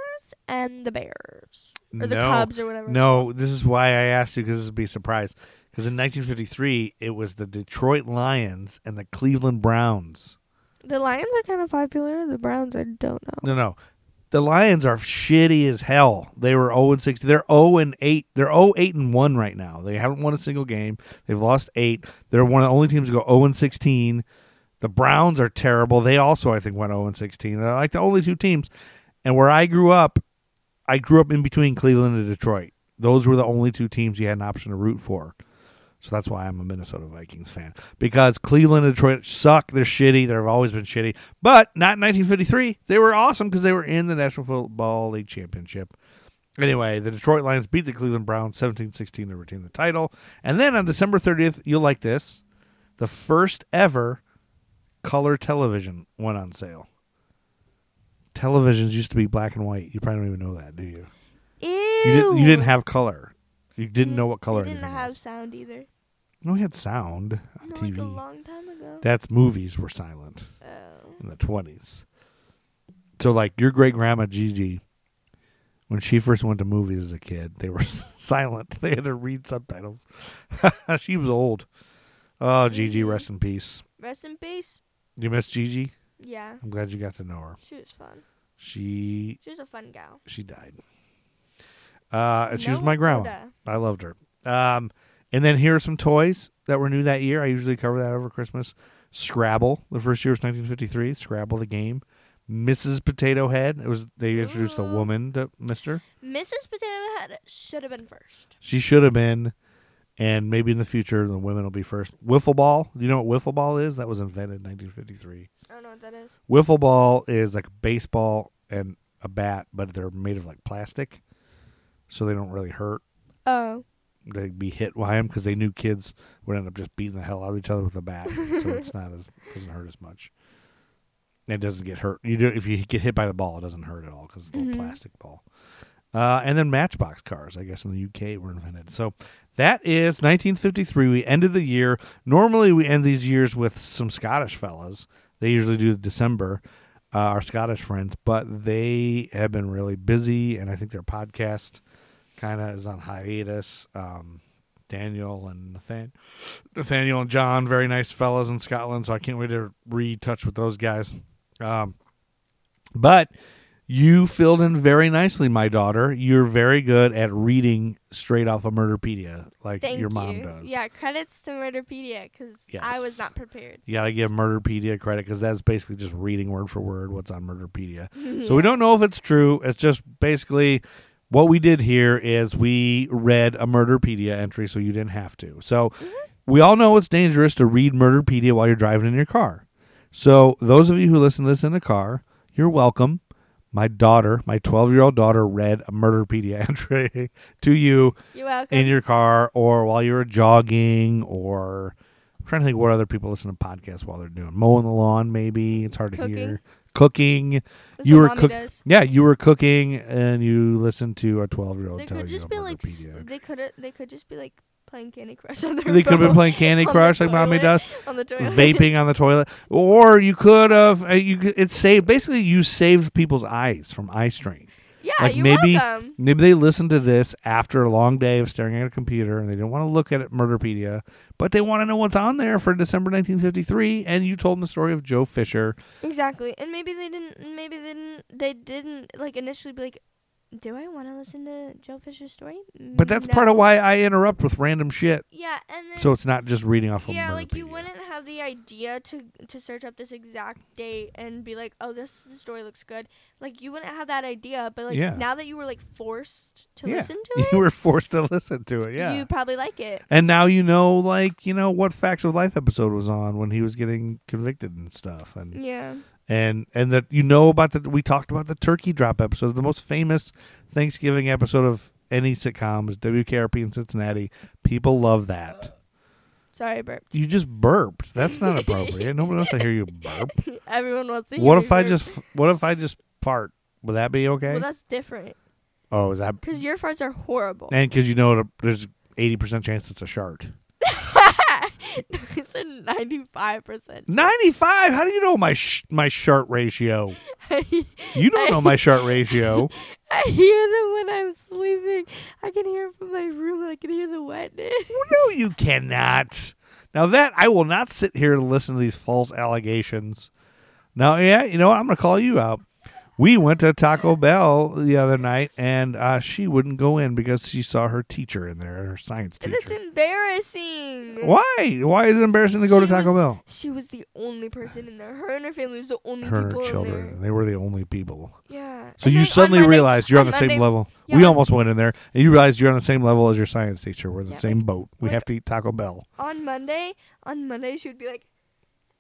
D: and the Bears or the
C: No.
D: Cubs or whatever.
C: No, this is why I asked you because this would be a surprise. Because in 1953, it was the Detroit Lions and the Cleveland Browns.
D: The Lions are kind of popular. The Browns, I don't know.
C: No, no. The Lions are shitty as hell. They were 0 and 6. They're 0 and 8. They're 0 8 and 1 right now. They haven't won a single game. They've lost 8. They're one of the only teams to go 0 and 16. The Browns are terrible. They also I think went 0 and 16. They're like the only two teams. And where I grew up, I grew up in between Cleveland and Detroit. Those were the only two teams you had an option to root for. So that's why I'm a Minnesota Vikings fan because Cleveland and Detroit suck. They're shitty. They've always been shitty, but not in 1953. They were awesome because they were in the National Football League Championship. Anyway, the Detroit Lions beat the Cleveland Browns 17 16 to retain the title. And then on December 30th, you'll like this the first ever color television went on sale. Televisions used to be black and white. You probably don't even know that, do you?
D: Ew.
C: You didn't, you didn't have color. You didn't know what color
D: They didn't
C: anything
D: have
C: was.
D: sound either.
C: No, we had sound on
D: No,
C: TV.
D: like a long time ago.
C: That's movies were silent
D: oh.
C: in the twenties. So like your great grandma Gigi, when she first went to movies as a kid, they were silent. They had to read subtitles. she was old. Oh, Gigi, rest in peace.
D: Rest in peace.
C: You miss Gigi?
D: Yeah,
C: I'm glad you got to know her.
D: she was fun.
C: She
D: She was a fun gal.
C: she died. Uh, and she was
D: No
C: my grandma.
D: wonder.
C: I loved her. Um, and then here are some toys that were new that year. I usually cover that over Christmas. Scrabble. The first year was 1953. Scrabble the game. Mrs. Potato Head. It was they introduced a
D: Ooh.
C: woman to Mister.
D: Mrs. Potato Head should have been first.
C: She should have been, and maybe in the future the women will be first. Wiffle ball. Do you know what wiffle ball is? That was invented in 1953.
D: I don't know what that is.
C: Wiffle ball is like a baseball and a bat, but they're made of like plastic, so they don't really hurt.
D: Oh.
C: they'd be hit by him because they knew kids would end up just beating the hell out of each other with a bat, so it's not as doesn't hurt as much. It doesn't get hurt. You do if you get hit by the ball, it doesn't hurt at all because it's a little plastic ball. Uh, and then Matchbox cars, I guess, in the UK were invented. So that is 1953. We ended the year. Normally, we end these years with some Scottish fellas. They usually do December, uh, our Scottish friends, but they have been really busy, and I think their podcast kind of is on hiatus. Um, Daniel and Nathan- Nathaniel and John, very nice fellas in Scotland, so I can't wait to retouch with those guys. Um, but You filled in very nicely, my daughter. You're very good at reading straight off of Murderpedia, like
D: Thank
C: your mom
D: you.
C: does.
D: Yeah, credits to Murderpedia because I
C: Yes.
D: was not prepared.
C: You gotta give Murderpedia credit because that's basically just reading word for word what's on Murderpedia. So we don't know if it's true. It's just basically what we did here is we read a Murderpedia entry, so you didn't have to. So we all know it's dangerous to read Murderpedia while you're driving in your car. So those of you who listen to this in the car, you're welcome. My daughter, my 12 year old daughter, read a Murderpedia entry to you
D: You're welcome.
C: in your car or while you're jogging or I'm trying to think what other people listen to podcasts while they're doing mowing the lawn maybe it's hard to
D: Cooking.
C: hear cooking
D: That's
C: you
D: what
C: were
D: mommy
C: cook-
D: does.
C: yeah you were cooking and you listened to a 12 year old
D: They
C: tell
D: could
C: you
D: just
C: a
D: be like s-
C: Murderpedia.
D: they could they could just be like playing Candy Crush on their
C: they could have been
D: phone,
C: playing Candy
D: on the
C: Crush like mommy
D: toilet-
C: does
D: on the toilet.
C: vaping on the toilet or you could have uh, you could, it saved basically you saved people's eyes from eye strain
D: yeah,
C: like
D: you're
C: maybe
D: welcome.
C: maybe they listened to this after a long day of staring at a computer and they didn't want to look at it Murderpedia, but they want to know what's on there for December 1953. And you told them the story of Joe Fisher.
D: Exactly, and maybe they didn't. Maybe they didn't. They didn't like initially be like, "Do I want to listen to Joe Fisher's story?"
C: But that's part of
D: No.
C: why I interrupt with random shit,
D: Yeah, and then
C: so it's not just reading off. of
D: yeah, like you
C: Murderpedia.
D: wouldn't have the idea to to search up this exact date and be like, "Oh, this, this story looks good." Like you wouldn't have that idea, but like
C: Yeah.
D: now that you were like forced to
C: Yeah.
D: listen to it,
C: You were forced to listen to it, yeah.
D: you probably like it.
C: and now you know, like you know, what Facts of Life episode was on when he was getting convicted and stuff, and
D: Yeah.
C: and and that you know about the we talked about the turkey drop episode the most famous thanksgiving episode of any sitcom is wkrp in cincinnati people love that
D: Sorry, I burped.
C: you just burped that's not appropriate no one wants to hear you burp
D: Everyone wants to.
C: what
D: hear
C: if i
D: your-
C: just what if i just fart would that be okay
D: Well, that's different
C: oh is that
D: because your farts are horrible.
C: and because you know it, there's 80% chance it's a shart
D: it's a ninety-five percent.
C: 95 how do you know my sh- my shart ratio you don't know my shart ratio
D: I hear them when I'm sleeping. I can hear it from my room. I can hear the wetness.
C: No, you cannot. Now that I will not sit here and listen to these false allegations. Now, yeah, you know what? I'm going to call you out. We went to Taco Bell the other night, and uh, she wouldn't go in because she saw her teacher in there, her science
D: And it's
C: teacher.
D: embarrassing.
C: Why? Why is it embarrassing to go to
D: She
C: Taco
D: was-
C: Bell?
D: She was the only person in there. Her and her family was the only
C: Her and
D: people
C: her
D: in
C: children.
D: there.
C: They were the only people.
D: Yeah.
C: So you
D: And then on
C: suddenly
D: Monday-
C: realized you're on the same
D: Monday-
C: level.
D: yeah,
C: We
D: on-
C: almost went in there, and you realized you're on the same level as your science teacher. We're in the
D: Yeah,
C: same boat. We
D: like-
C: have to eat Taco Bell.
D: On Monday, on Monday, she would be like,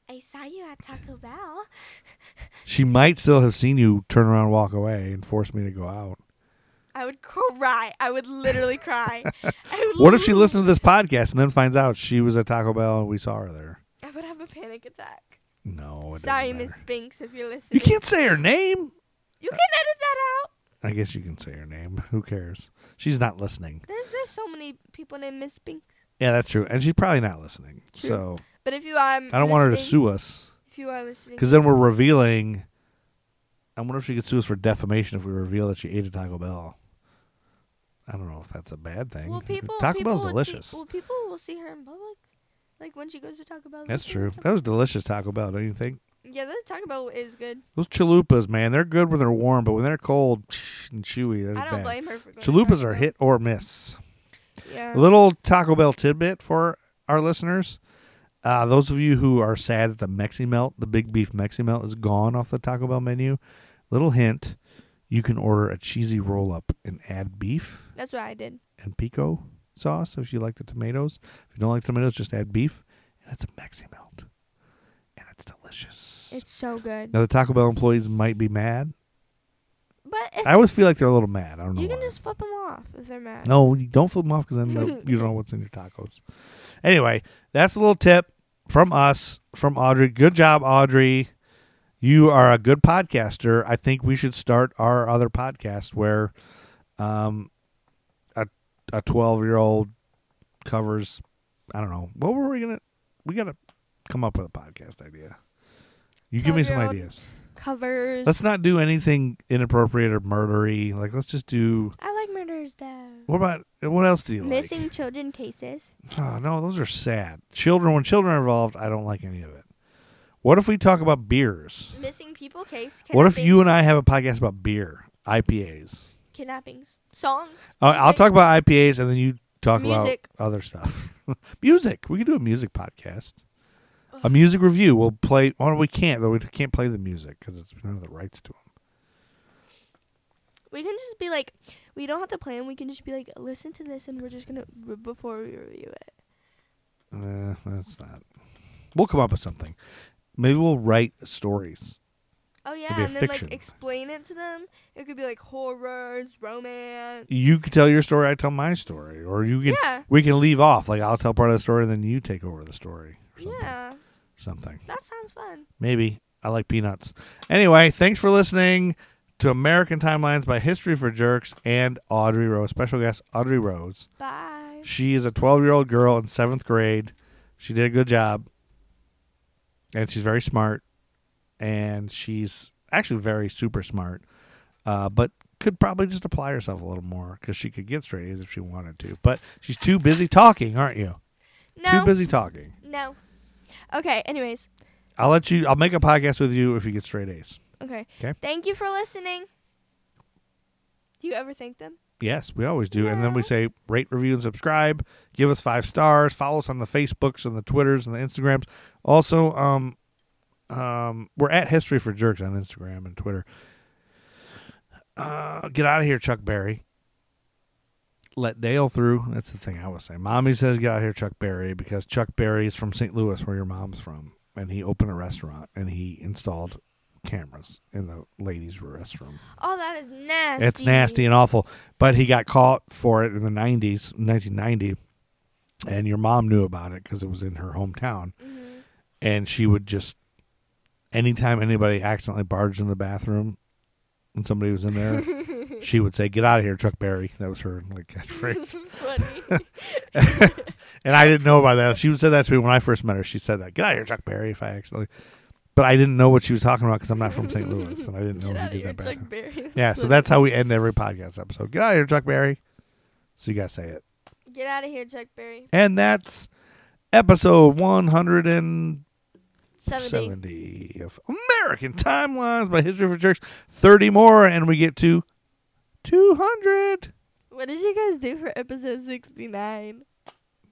D: "I saw you at Taco Bell."
C: She might still have seen you turn around, and walk away, and force me to go out.
D: I would cry. I would literally cry. I would
C: What if she
D: literally-
C: listens to this podcast and then finds out she was at Taco Bell and we saw her there?
D: I would have a panic attack.
C: No, it
D: Sorry,
C: doesn't
D: Miss
C: matter.
D: Spinks, if you're listening.
C: You can't say her name.
D: You can edit that out.
C: I guess you can say her name. Who cares? She's not listening.
D: There's there's so many people named Miss Spinks.
C: Yeah, that's true, and she's probably not listening.
D: True.
C: So
D: But if you are, um,
C: I don't want her to
D: listening-
C: sue us
D: If you are listening,
C: because then we're revealing. I wonder if she could sue us for defamation if we reveal that she ate at Taco Bell. I don't know if that's a bad thing.
D: well, people
C: Taco
D: people
C: Bell's
D: would
C: delicious.
D: See, well, people will see her in public, like when she goes to Taco Bell. they'll
C: that's
D: see
C: true.
D: her.
C: That was delicious Taco Bell, don't you think?
D: Yeah, that Taco Bell is good.
C: Those chalupas, man, they're good when they're warm, but when they're cold and chewy, that's
D: I don't
C: bad.
D: blame her for going. to
C: Chalupas
D: Taco
C: are
D: Bell.
C: hit or miss.
D: Yeah.
C: A little Taco Bell tidbit for our listeners. Uh, those of you who are sad that the Mexi Melt, the big beef Mexi Melt, is gone off the Taco Bell menu, little hint you can order a cheesy roll up and add beef
D: That's what I did.
C: and pico sauce if you like the tomatoes. If you don't like tomatoes, just add beef. And it's a Mexi Melt. And it's delicious.
D: It's so good.
C: now, the Taco Bell employees might be mad.
D: But it's,
C: I always feel like they're a little mad. I don't know.
D: you can
C: why.
D: just flip them off if they're mad.
C: no, you don't flip them off because then they'll- you don't know what's in your tacos. Anyway, that's a little tip from us from Audrey. Good job, Audrey. You are a good podcaster. I think we should start our other podcast where, um, a a twelve year old covers. I don't know what were we gonna. We gotta come up with a podcast idea. You give me some
D: 12-year-old
C: ideas.
D: Covers.
C: Let's not do anything inappropriate or murdery. Like let's just do.
D: I like murders though.
C: What about what else do you Ah,
D: Missing children cases.
C: like? Oh no, those are sad. Children when children are involved, I don't like any of it. What if we talk about beers?
D: Missing people case. Kidnappings.
C: What if you and I have a podcast about beer, IPAs?
D: Kidnappings. Song.
C: Uh, I'll
D: music.
C: talk about IPAs and then you talk
D: Music.
C: about other stuff. music. We can do a music podcast. A music review. We'll play. Well, we can't though. We can't play the music because it's we don't have the rights to them.
D: We can just be like, we don't have to plan. We can just be like, listen to this, and we're just gonna r- before we review it.
C: Uh, that's not. We'll come up with something. Maybe we'll write stories.
D: Oh yeah,
C: be a
D: and then
C: fiction.
D: like explain it to them. It could be like horrors, romance.
C: You can tell your story. I tell my story, or you can.
D: Yeah.
C: We can leave off. Like I'll tell part of the story, and then you take over the story. Or something.
D: Yeah,
C: Something.
D: that sounds fun.
C: Maybe. I like peanuts. Anyway, thanks for listening to American Timelines by History for Jerks and Audrey Rose. Special guest Audrey Rose.
D: Bye.
C: She is a 12 year old girl in seventh grade. She did a good job. And she's very smart. And she's actually very super smart, uh, but could probably just apply herself a little more because she could get straight A's if she wanted to. But she's too busy talking, aren't you? Too
D: No,
C: busy talking.
D: no. Okay. Anyways,
C: I'll let you, I'll make a podcast with you if you get straight A's.
D: okay.
C: 'Kay.
D: Thank you for listening. Do you ever thank them?
C: Yes, we always do. And then we say rate, review, and subscribe. Give us five stars. Follow us on the Facebooks and the Twitters and the Instagrams. Also, um, um, we're at History for Jerks on Instagram and Twitter. Uh, get out of here, Chuck Berry. Let Dale through. That's the thing I was saying. Mommy says get out of here, Chuck Berry, because Chuck Berry is from St. Louis, where your mom's from, and he opened a restaurant and he installed cameras in the ladies' restroom.
D: Oh, that is nasty.
C: It's nasty and awful. But he got caught for it in the 90s, 1990. And your mom knew about it because it was in her hometown.
D: Mm-hmm.
C: And she would just, anytime anybody accidentally barged in the bathroom and somebody was in there, she would say, Get out of here, Chuck Berry. That was her like catchphrase.
D: Funny.
C: and I didn't know about that. She would say that to me when I first met her. She said that, Get out of here, Chuck Berry, if I accidentally. But I didn't know what she was talking about because I'm not from St. Louis. And I didn't know
D: Get
C: he
D: out of
C: did
D: here,
C: that bathroom.
D: Chuck Berry.
C: Yeah, so that's how we end every podcast episode. Get out of here, Chuck Berry. So you gotta say it.
D: Get out of here, Chuck Berry.
C: And that's episode one hundred and
D: Seventy.
C: seventy of American Timelines by History for Jerks. Thirty more and we get to two hundred.
D: What did you guys do for episode 69?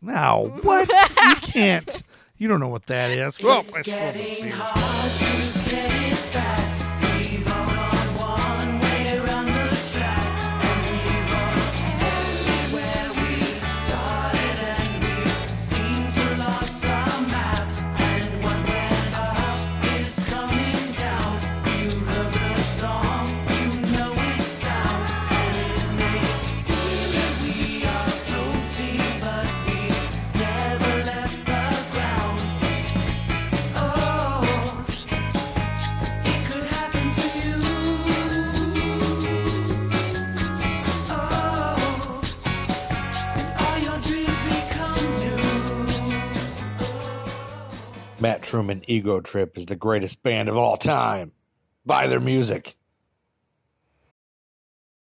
C: Now what? you can't you don't know what that is. Well,
B: It's
C: I suppose
B: getting
C: it's-
B: hard to get it back. We've on one way around the track, and we've all where we started, and we seem to lost our map. And what went up is coming down. You heard the song, you know its sound, and it may seem that we are floating, but we never left the ground. Oh, it could happen to you. Oh, and all your dreams become new.
G: Matt Truman Ego Trip is the greatest band of all time. Buy their music.